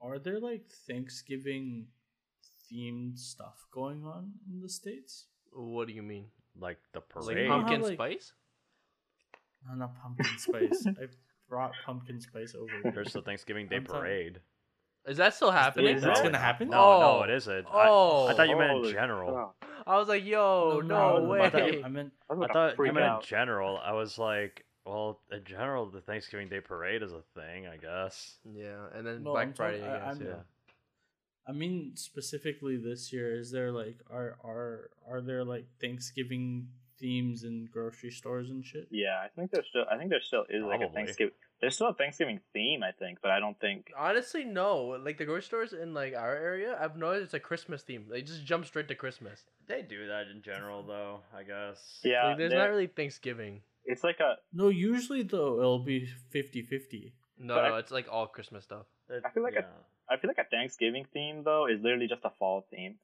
Speaker 4: are there like Thanksgiving themed stuff going on in the states?
Speaker 1: What do you mean?
Speaker 3: like the
Speaker 1: Like
Speaker 3: parade.
Speaker 1: pumpkin
Speaker 4: Like-
Speaker 1: spice?
Speaker 4: No, not pumpkin spice. I brought pumpkin spice over. here.
Speaker 3: There's the Thanksgiving Day
Speaker 4: I'm sorry.
Speaker 3: parade.
Speaker 1: Is that still happening?
Speaker 4: Is that
Speaker 3: No,
Speaker 4: gonna
Speaker 3: it-
Speaker 4: happen?
Speaker 3: No,
Speaker 1: Oh.
Speaker 3: no, it isn't.
Speaker 1: Oh.
Speaker 3: I, I thought you meant in
Speaker 2: Holy
Speaker 3: general.
Speaker 2: crap.
Speaker 1: I was like, yo, no,
Speaker 2: no,
Speaker 1: way.
Speaker 4: I, thought- I meant
Speaker 2: I was
Speaker 3: I
Speaker 2: gonna
Speaker 3: thought you
Speaker 2: freak
Speaker 3: meant in
Speaker 2: out.
Speaker 3: general. I was like, well, in general, the Thanksgiving Day parade is a thing, I guess.
Speaker 1: yeah, and then
Speaker 4: No, I'm
Speaker 1: Black
Speaker 4: talking-
Speaker 1: Friday,
Speaker 4: I-
Speaker 1: I guess.
Speaker 4: I'm-
Speaker 1: yeah.
Speaker 4: I mean specifically this year. Is there like are are are there like Thanksgiving themes in grocery stores and shit?
Speaker 2: Yeah, I think there's still. I think there still is like a
Speaker 3: Probably.
Speaker 2: Thanksgiving. There's still a Thanksgiving theme, I think, but I don't think.
Speaker 1: Honestly, no. Like the grocery stores in like our area, I've noticed it's a Christmas theme. They just jump straight to Christmas.
Speaker 3: They do that in general, though, I guess.
Speaker 2: Yeah,
Speaker 1: like, there's
Speaker 2: there-
Speaker 1: not really Thanksgiving.
Speaker 2: It's like a.
Speaker 4: No, usually though it'll be 50-50.
Speaker 1: No,
Speaker 2: But I-
Speaker 1: no, it's like all Christmas stuff.
Speaker 3: It-
Speaker 2: I feel like I-
Speaker 3: yeah.
Speaker 2: I feel like a Thanksgiving theme though is literally just a fall theme.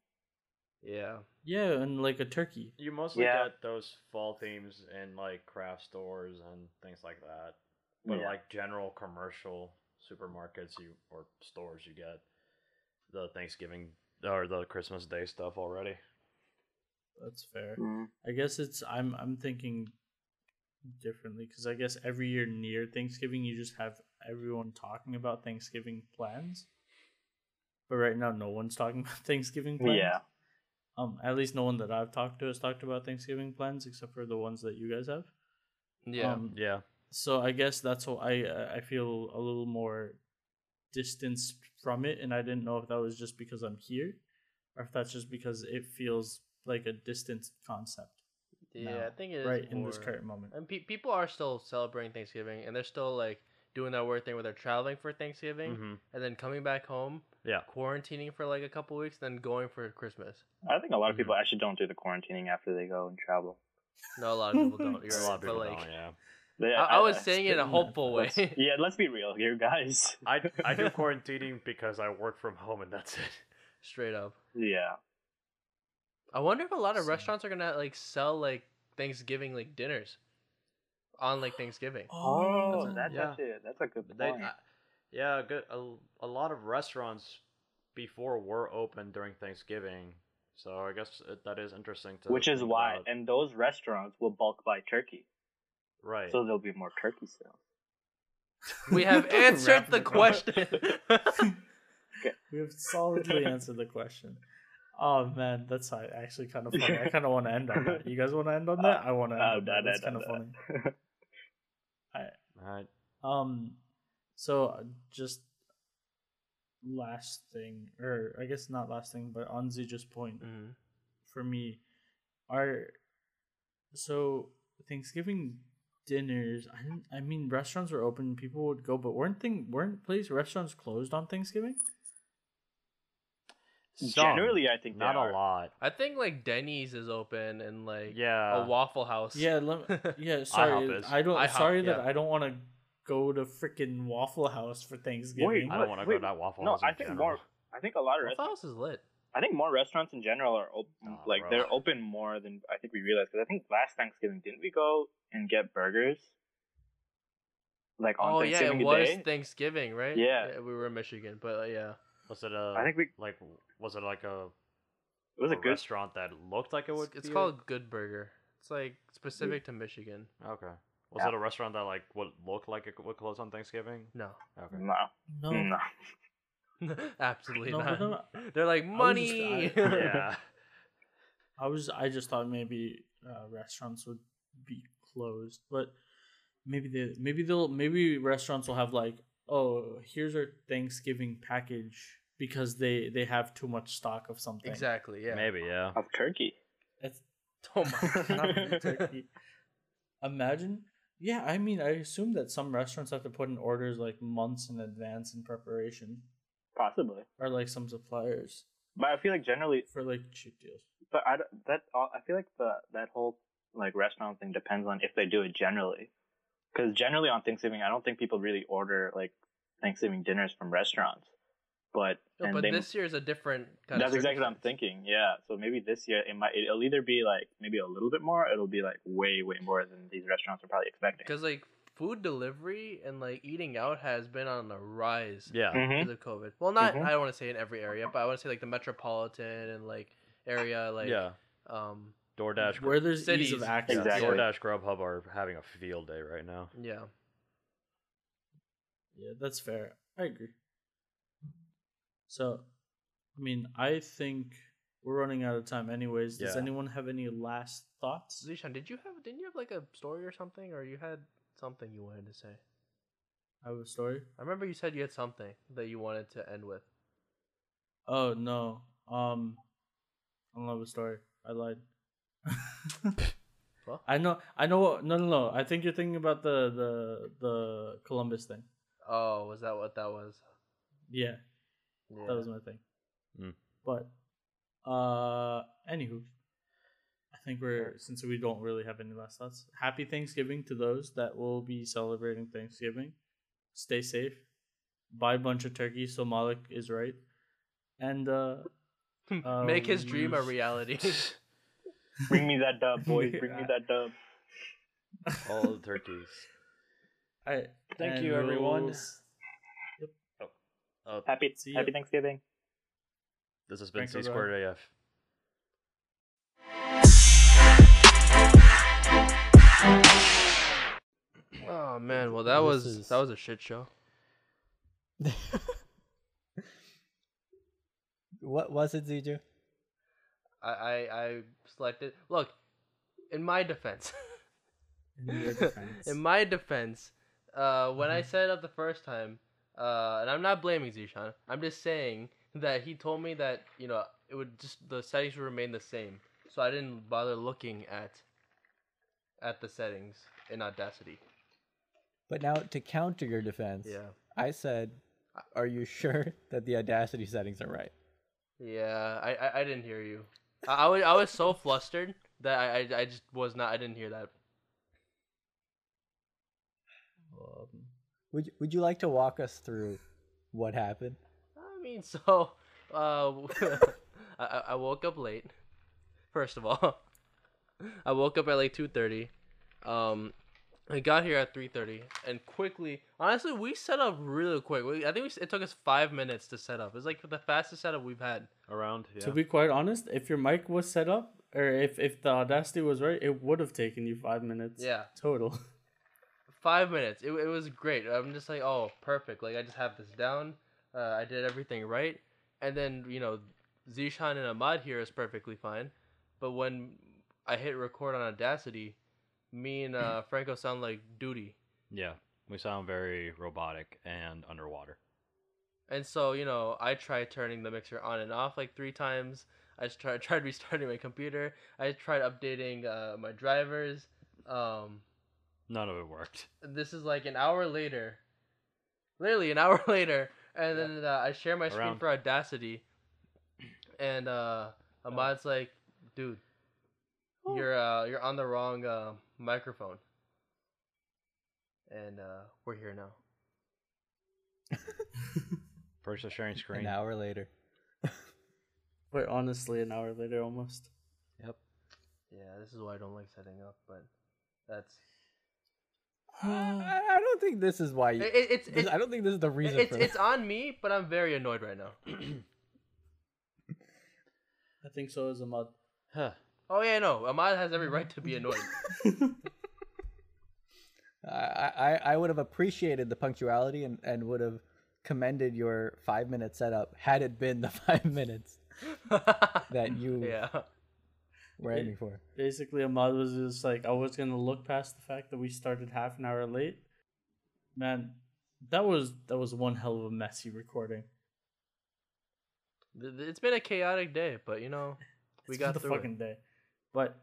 Speaker 1: Yeah.
Speaker 4: Yeah, and like a turkey.
Speaker 3: You mostly
Speaker 2: Yeah.
Speaker 3: get those fall themes in like craft stores and things like that. But
Speaker 2: Yeah.
Speaker 3: like general commercial supermarkets you or stores you get the Thanksgiving or the Christmas Day stuff already.
Speaker 4: That's fair.
Speaker 1: Mm.
Speaker 4: I guess it's I'm I'm thinking differently because I guess every year near Thanksgiving you just have everyone talking about Thanksgiving plans. But right now, no one's talking about Thanksgiving plans.
Speaker 2: Yeah.
Speaker 4: Um, at least no one that I've talked to has talked about Thanksgiving plans, except for the ones that you guys have.
Speaker 1: Yeah.
Speaker 4: Um,
Speaker 3: Yeah.
Speaker 4: so I guess that's why I I feel a little more distanced from it, and I didn't know if that was just because I'm here, or if that's just because it feels like a distant concept
Speaker 1: yeah,
Speaker 4: now,
Speaker 1: I think it is
Speaker 4: right in this
Speaker 1: more-
Speaker 4: current moment.
Speaker 1: And pe- people are still celebrating Thanksgiving, and they're still like doing that weird thing where they're traveling for Thanksgiving
Speaker 3: hmm
Speaker 1: and then coming back home,
Speaker 3: Yeah.
Speaker 1: quarantining for like a couple weeks, then going for Christmas.
Speaker 2: I think a
Speaker 3: Mm-hmm.
Speaker 2: lot of people actually don't do the quarantining after they go and travel.
Speaker 1: No, a lot of people don't. You're
Speaker 3: A
Speaker 1: right.
Speaker 3: lot of people
Speaker 1: but like,
Speaker 3: don't, yeah.
Speaker 2: They-
Speaker 1: I, I was saying it in a
Speaker 4: spitting
Speaker 1: hopeful way.
Speaker 2: let's- yeah, let's be real here, guys.
Speaker 3: I, I do quarantining because I work from home and that's it.
Speaker 1: Straight up.
Speaker 2: Yeah,
Speaker 1: I wonder if a lot of
Speaker 4: So-
Speaker 1: restaurants are gonna like sell like Thanksgiving like dinners on like Thanksgiving.
Speaker 2: Oh,
Speaker 4: that's-
Speaker 2: that's
Speaker 3: yeah.
Speaker 2: actually that's a good
Speaker 3: But
Speaker 2: point.
Speaker 3: They, I, yeah, a good. A, a lot of restaurants before were open during Thanksgiving, so I guess it, that is interesting to.
Speaker 2: Which is
Speaker 3: think
Speaker 2: why,
Speaker 3: about.
Speaker 2: and those restaurants will bulk buy turkey,
Speaker 3: right.
Speaker 2: so there'll be more turkey sales.
Speaker 1: We have answered the
Speaker 4: Wrapping it up.
Speaker 1: question.
Speaker 4: We have solidly answered the question. Oh man, that's uh, actually kind of funny. I kind of want to end on that. You guys want to end on that? I want to end
Speaker 2: Uh,
Speaker 4: on
Speaker 2: nah,
Speaker 4: that.
Speaker 2: nah,
Speaker 4: That's
Speaker 2: nah,
Speaker 4: kind of funny.
Speaker 2: nah.
Speaker 3: Alright.
Speaker 4: Um, so uh, just last thing, or I guess not last thing, but on Zuja's point
Speaker 1: Mhm.
Speaker 4: for me, are so Thanksgiving dinners. I didn't- I mean, restaurants were open, people would go, but weren't thing weren't place restaurants closed on Thanksgiving?
Speaker 3: Some,
Speaker 2: Generally, I think they
Speaker 3: not
Speaker 2: are.
Speaker 3: a lot.
Speaker 1: I think like Denny's is open and like
Speaker 3: Yeah,
Speaker 1: a Waffle House.
Speaker 4: Yeah, let me, yeah. Sorry,
Speaker 3: is.
Speaker 4: I don't.
Speaker 1: IHOP,
Speaker 4: sorry that
Speaker 1: yeah.
Speaker 4: I don't want to go to freaking Waffle House for Thanksgiving.
Speaker 3: I
Speaker 2: What-
Speaker 3: don't want to go
Speaker 2: wait,
Speaker 3: to that waffle
Speaker 2: no,
Speaker 3: house. in
Speaker 2: I think
Speaker 3: general.
Speaker 2: more- I think a lot of
Speaker 1: Waffle
Speaker 2: restaurants.
Speaker 1: House is lit.
Speaker 2: I think more restaurants in general are open,
Speaker 3: Nah,
Speaker 2: like
Speaker 3: bro.
Speaker 2: they're open more than I think we realized. Because I think last Thanksgiving didn't we go and get burgers? Like on
Speaker 1: Oh yeah, it
Speaker 2: Thanksgiving
Speaker 1: was
Speaker 2: Day.
Speaker 1: Thanksgiving, right?
Speaker 2: Yeah.
Speaker 1: we were in Michigan, but uh, yeah,
Speaker 3: Was it a?
Speaker 2: I think we.
Speaker 3: like was it like a,
Speaker 2: It was a
Speaker 3: a
Speaker 2: good.
Speaker 3: Oh, restaurant that looked like it would.
Speaker 1: it's, it's
Speaker 3: be a-
Speaker 1: called Good Burger. It's like specific to Michigan.
Speaker 3: Okay. Was it a restaurant that like would look like it would close on Thanksgiving?
Speaker 1: No,
Speaker 3: Okay.
Speaker 2: No,
Speaker 1: Oh.
Speaker 4: no,
Speaker 1: Mm.
Speaker 2: no.
Speaker 1: absolutely
Speaker 4: No,
Speaker 1: not.
Speaker 4: no,
Speaker 1: They're like
Speaker 4: I was just-
Speaker 1: money.
Speaker 4: I-
Speaker 3: yeah.
Speaker 4: I was. I just thought maybe uh, restaurants would be closed, but maybe they. Maybe they'll. Maybe restaurants will have like, oh, here's our Thanksgiving package because they they have too much stock of something.
Speaker 1: exactly. Yeah.
Speaker 3: Maybe. Yeah.
Speaker 2: of turkey.
Speaker 4: That's
Speaker 1: Oh my
Speaker 4: not
Speaker 1: God.
Speaker 4: really turkey. Imagine. Yeah, I mean, I assume that some restaurants have to put in orders like months in advance in preparation,
Speaker 2: Possibly,
Speaker 4: or like some suppliers
Speaker 2: but I feel like generally,
Speaker 4: for like cheap deals.
Speaker 2: but I don't- that uh, I feel like the that whole like restaurant thing depends on if they do it generally, because generally on Thanksgiving I don't think people really order like Thanksgiving dinners from restaurants, but
Speaker 1: No,
Speaker 2: and
Speaker 1: but
Speaker 2: they,
Speaker 1: this year is a different kind
Speaker 2: that's
Speaker 1: of.
Speaker 2: exactly what I'm
Speaker 1: circumstance.
Speaker 2: thinking. Yeah, so maybe this year it might it'll either be like maybe a little bit more, it'll be like way way more than these restaurants are probably expecting.
Speaker 1: Because like food delivery and like eating out has been on the rise
Speaker 3: Yeah.
Speaker 2: Mhm.
Speaker 1: because of COVID. Well, not
Speaker 2: Mhm.
Speaker 1: I don't want to say in every area, but I want to say like the metropolitan and like area
Speaker 2: Mm.
Speaker 1: like
Speaker 3: yeah.
Speaker 1: um
Speaker 3: DoorDash.
Speaker 4: Where there's
Speaker 1: Cities.
Speaker 4: ease of access.
Speaker 2: Exactly.
Speaker 3: DoorDash, Grubhub are having a field day right now.
Speaker 1: yeah.
Speaker 4: Yeah, that's fair. I agree. So, I mean, I think we're running out of time, anyways. Does
Speaker 3: Yeah.
Speaker 4: anyone have any last thoughts?
Speaker 1: Zishan, did you have didn't you have like a story or something or you had something you wanted to say?
Speaker 4: I have a story.
Speaker 1: I remember you said you had something that you wanted to end with.
Speaker 4: Oh no. Um, I don't have a story. I lied.
Speaker 1: Well,
Speaker 4: I know. I know. What, no, no, no. I think you're thinking about the the the Columbus thing.
Speaker 1: oh, was that what that was?
Speaker 4: Yeah,
Speaker 1: Yeah.
Speaker 4: that was my thing.
Speaker 3: Mm.
Speaker 4: But, uh, anywho, I think we're since we don't really have any last thoughts. Happy Thanksgiving to those that will be celebrating Thanksgiving. Stay safe. Buy a bunch of turkey. So Malik is right, and uh, uh,
Speaker 1: Make his dream a
Speaker 4: we-
Speaker 1: reality.
Speaker 2: Bring me that dub, boys. Bring me
Speaker 4: Yeah.
Speaker 2: that dub.
Speaker 3: All the turkeys.
Speaker 4: I
Speaker 3: Thank
Speaker 4: and
Speaker 3: you,
Speaker 4: we'll
Speaker 3: everyone.
Speaker 4: s-
Speaker 3: Uh,
Speaker 2: Happy
Speaker 4: See ya.
Speaker 2: Happy Thanksgiving.
Speaker 3: this has been
Speaker 4: Frank
Speaker 3: C
Speaker 4: O'Brien.
Speaker 3: squared AF.
Speaker 1: oh man, well that
Speaker 5: This
Speaker 1: was
Speaker 5: is-
Speaker 1: that was a shit show.
Speaker 5: what was it, Ziju?
Speaker 1: I I, I selected look, in my defense
Speaker 4: In your defense.
Speaker 1: In my defense, uh, when I set it up the first time, uh, and I'm not blaming Zishan, I'm just saying that he told me that you know it would just the settings would remain the same, so I didn't bother looking at at the settings in Audacity.
Speaker 5: But now to counter your defense,
Speaker 1: Yeah,
Speaker 5: I said, "Are you sure that the audacity settings are right?"
Speaker 1: yeah, I I, I didn't hear you. I, I was I was so flustered that I, I I just was not I didn't hear that.
Speaker 4: Um,
Speaker 5: Would you- Would you like to walk us through what happened?
Speaker 1: I mean, so uh, I- I, I woke up late. First of all, I woke up at like two thirty. Um, I got here at three thirty, and quickly. Honestly, we set up really quick. We, I think we, s- it took us five minutes to set up. It's like the fastest setup we've had.
Speaker 3: Around. Yeah.
Speaker 4: To be quite honest, if your mic was set up or if, if the audacity was right, it would have taken you five minutes.
Speaker 1: Yeah.
Speaker 4: Total.
Speaker 1: Five minutes. It, it was great. I'm just like, oh, perfect. Like I just have this down. Uh, I did everything right, and then you know, Zishan and Ahmad here is perfectly fine. But when I hit record on Audacity, me and uh, Franco sound like duty.
Speaker 3: yeah. We sound very robotic and underwater.
Speaker 1: And so, you know, I tried turning the mixer on and off like three times. I just tried, tried restarting my computer. I tried updating uh, my drivers. Um,
Speaker 3: None of it worked.
Speaker 1: this is like an hour later, literally an hour later, and then uh, I share my screen
Speaker 3: Around.
Speaker 1: for Audacity, and uh,
Speaker 5: Oh.
Speaker 1: Ahmad's like, dude, you're uh, you're on the wrong uh, microphone. And uh, we're here now.
Speaker 3: First, the sharing screen.
Speaker 5: An hour later.
Speaker 4: Wait, honestly, an hour later almost.
Speaker 1: Yeah, this is why I don't like setting up, but that's
Speaker 5: I, I- I don't think this is why you.
Speaker 1: it, it- it's
Speaker 5: this-
Speaker 1: it's,
Speaker 5: I don't think this is the reason
Speaker 1: it's,
Speaker 5: for
Speaker 1: it's
Speaker 5: this.
Speaker 1: on me, but I'm very annoyed right now.
Speaker 4: I think so is a mod.
Speaker 3: Huh.
Speaker 1: Oh yeah, no, Ahmad has every right to be annoyed.
Speaker 5: I, I, I would have appreciated the punctuality and, and would have commended your five minute setup had it been the five minutes that you
Speaker 1: yeah,
Speaker 5: were aiming for.
Speaker 4: Basically, Ahmad was just like, I was gonna look past the fact that we started half an hour late. Man, that was that was one hell of a messy recording.
Speaker 1: Th- th- it's been a chaotic day, but you know, we
Speaker 4: It's
Speaker 1: got
Speaker 4: the
Speaker 1: through
Speaker 4: fucking day, but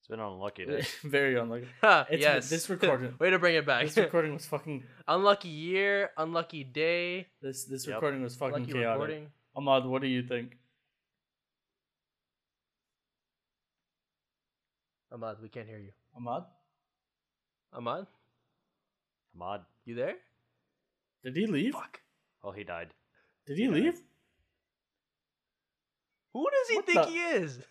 Speaker 3: It's been an unlucky day.
Speaker 4: very unlucky.
Speaker 1: it.
Speaker 4: It's-
Speaker 1: yes,
Speaker 4: this recording-
Speaker 1: Way to bring it back.
Speaker 4: This recording was fucking.
Speaker 1: unlucky year, unlucky day,
Speaker 4: This this
Speaker 3: Yep.
Speaker 4: recording was fucking
Speaker 1: unlucky
Speaker 4: chaotic.
Speaker 1: recording.
Speaker 4: Ahmad, what do you think?
Speaker 1: Ahmad, we can't hear you.
Speaker 4: Ahmad,
Speaker 1: Ahmad,
Speaker 3: Ahmad.
Speaker 1: you there?
Speaker 4: did he leave?
Speaker 1: Fuck.
Speaker 3: Oh, he died.
Speaker 4: Did he
Speaker 3: Yeah.
Speaker 4: leave?
Speaker 1: Who does he
Speaker 4: What
Speaker 1: think
Speaker 4: the-
Speaker 1: he is?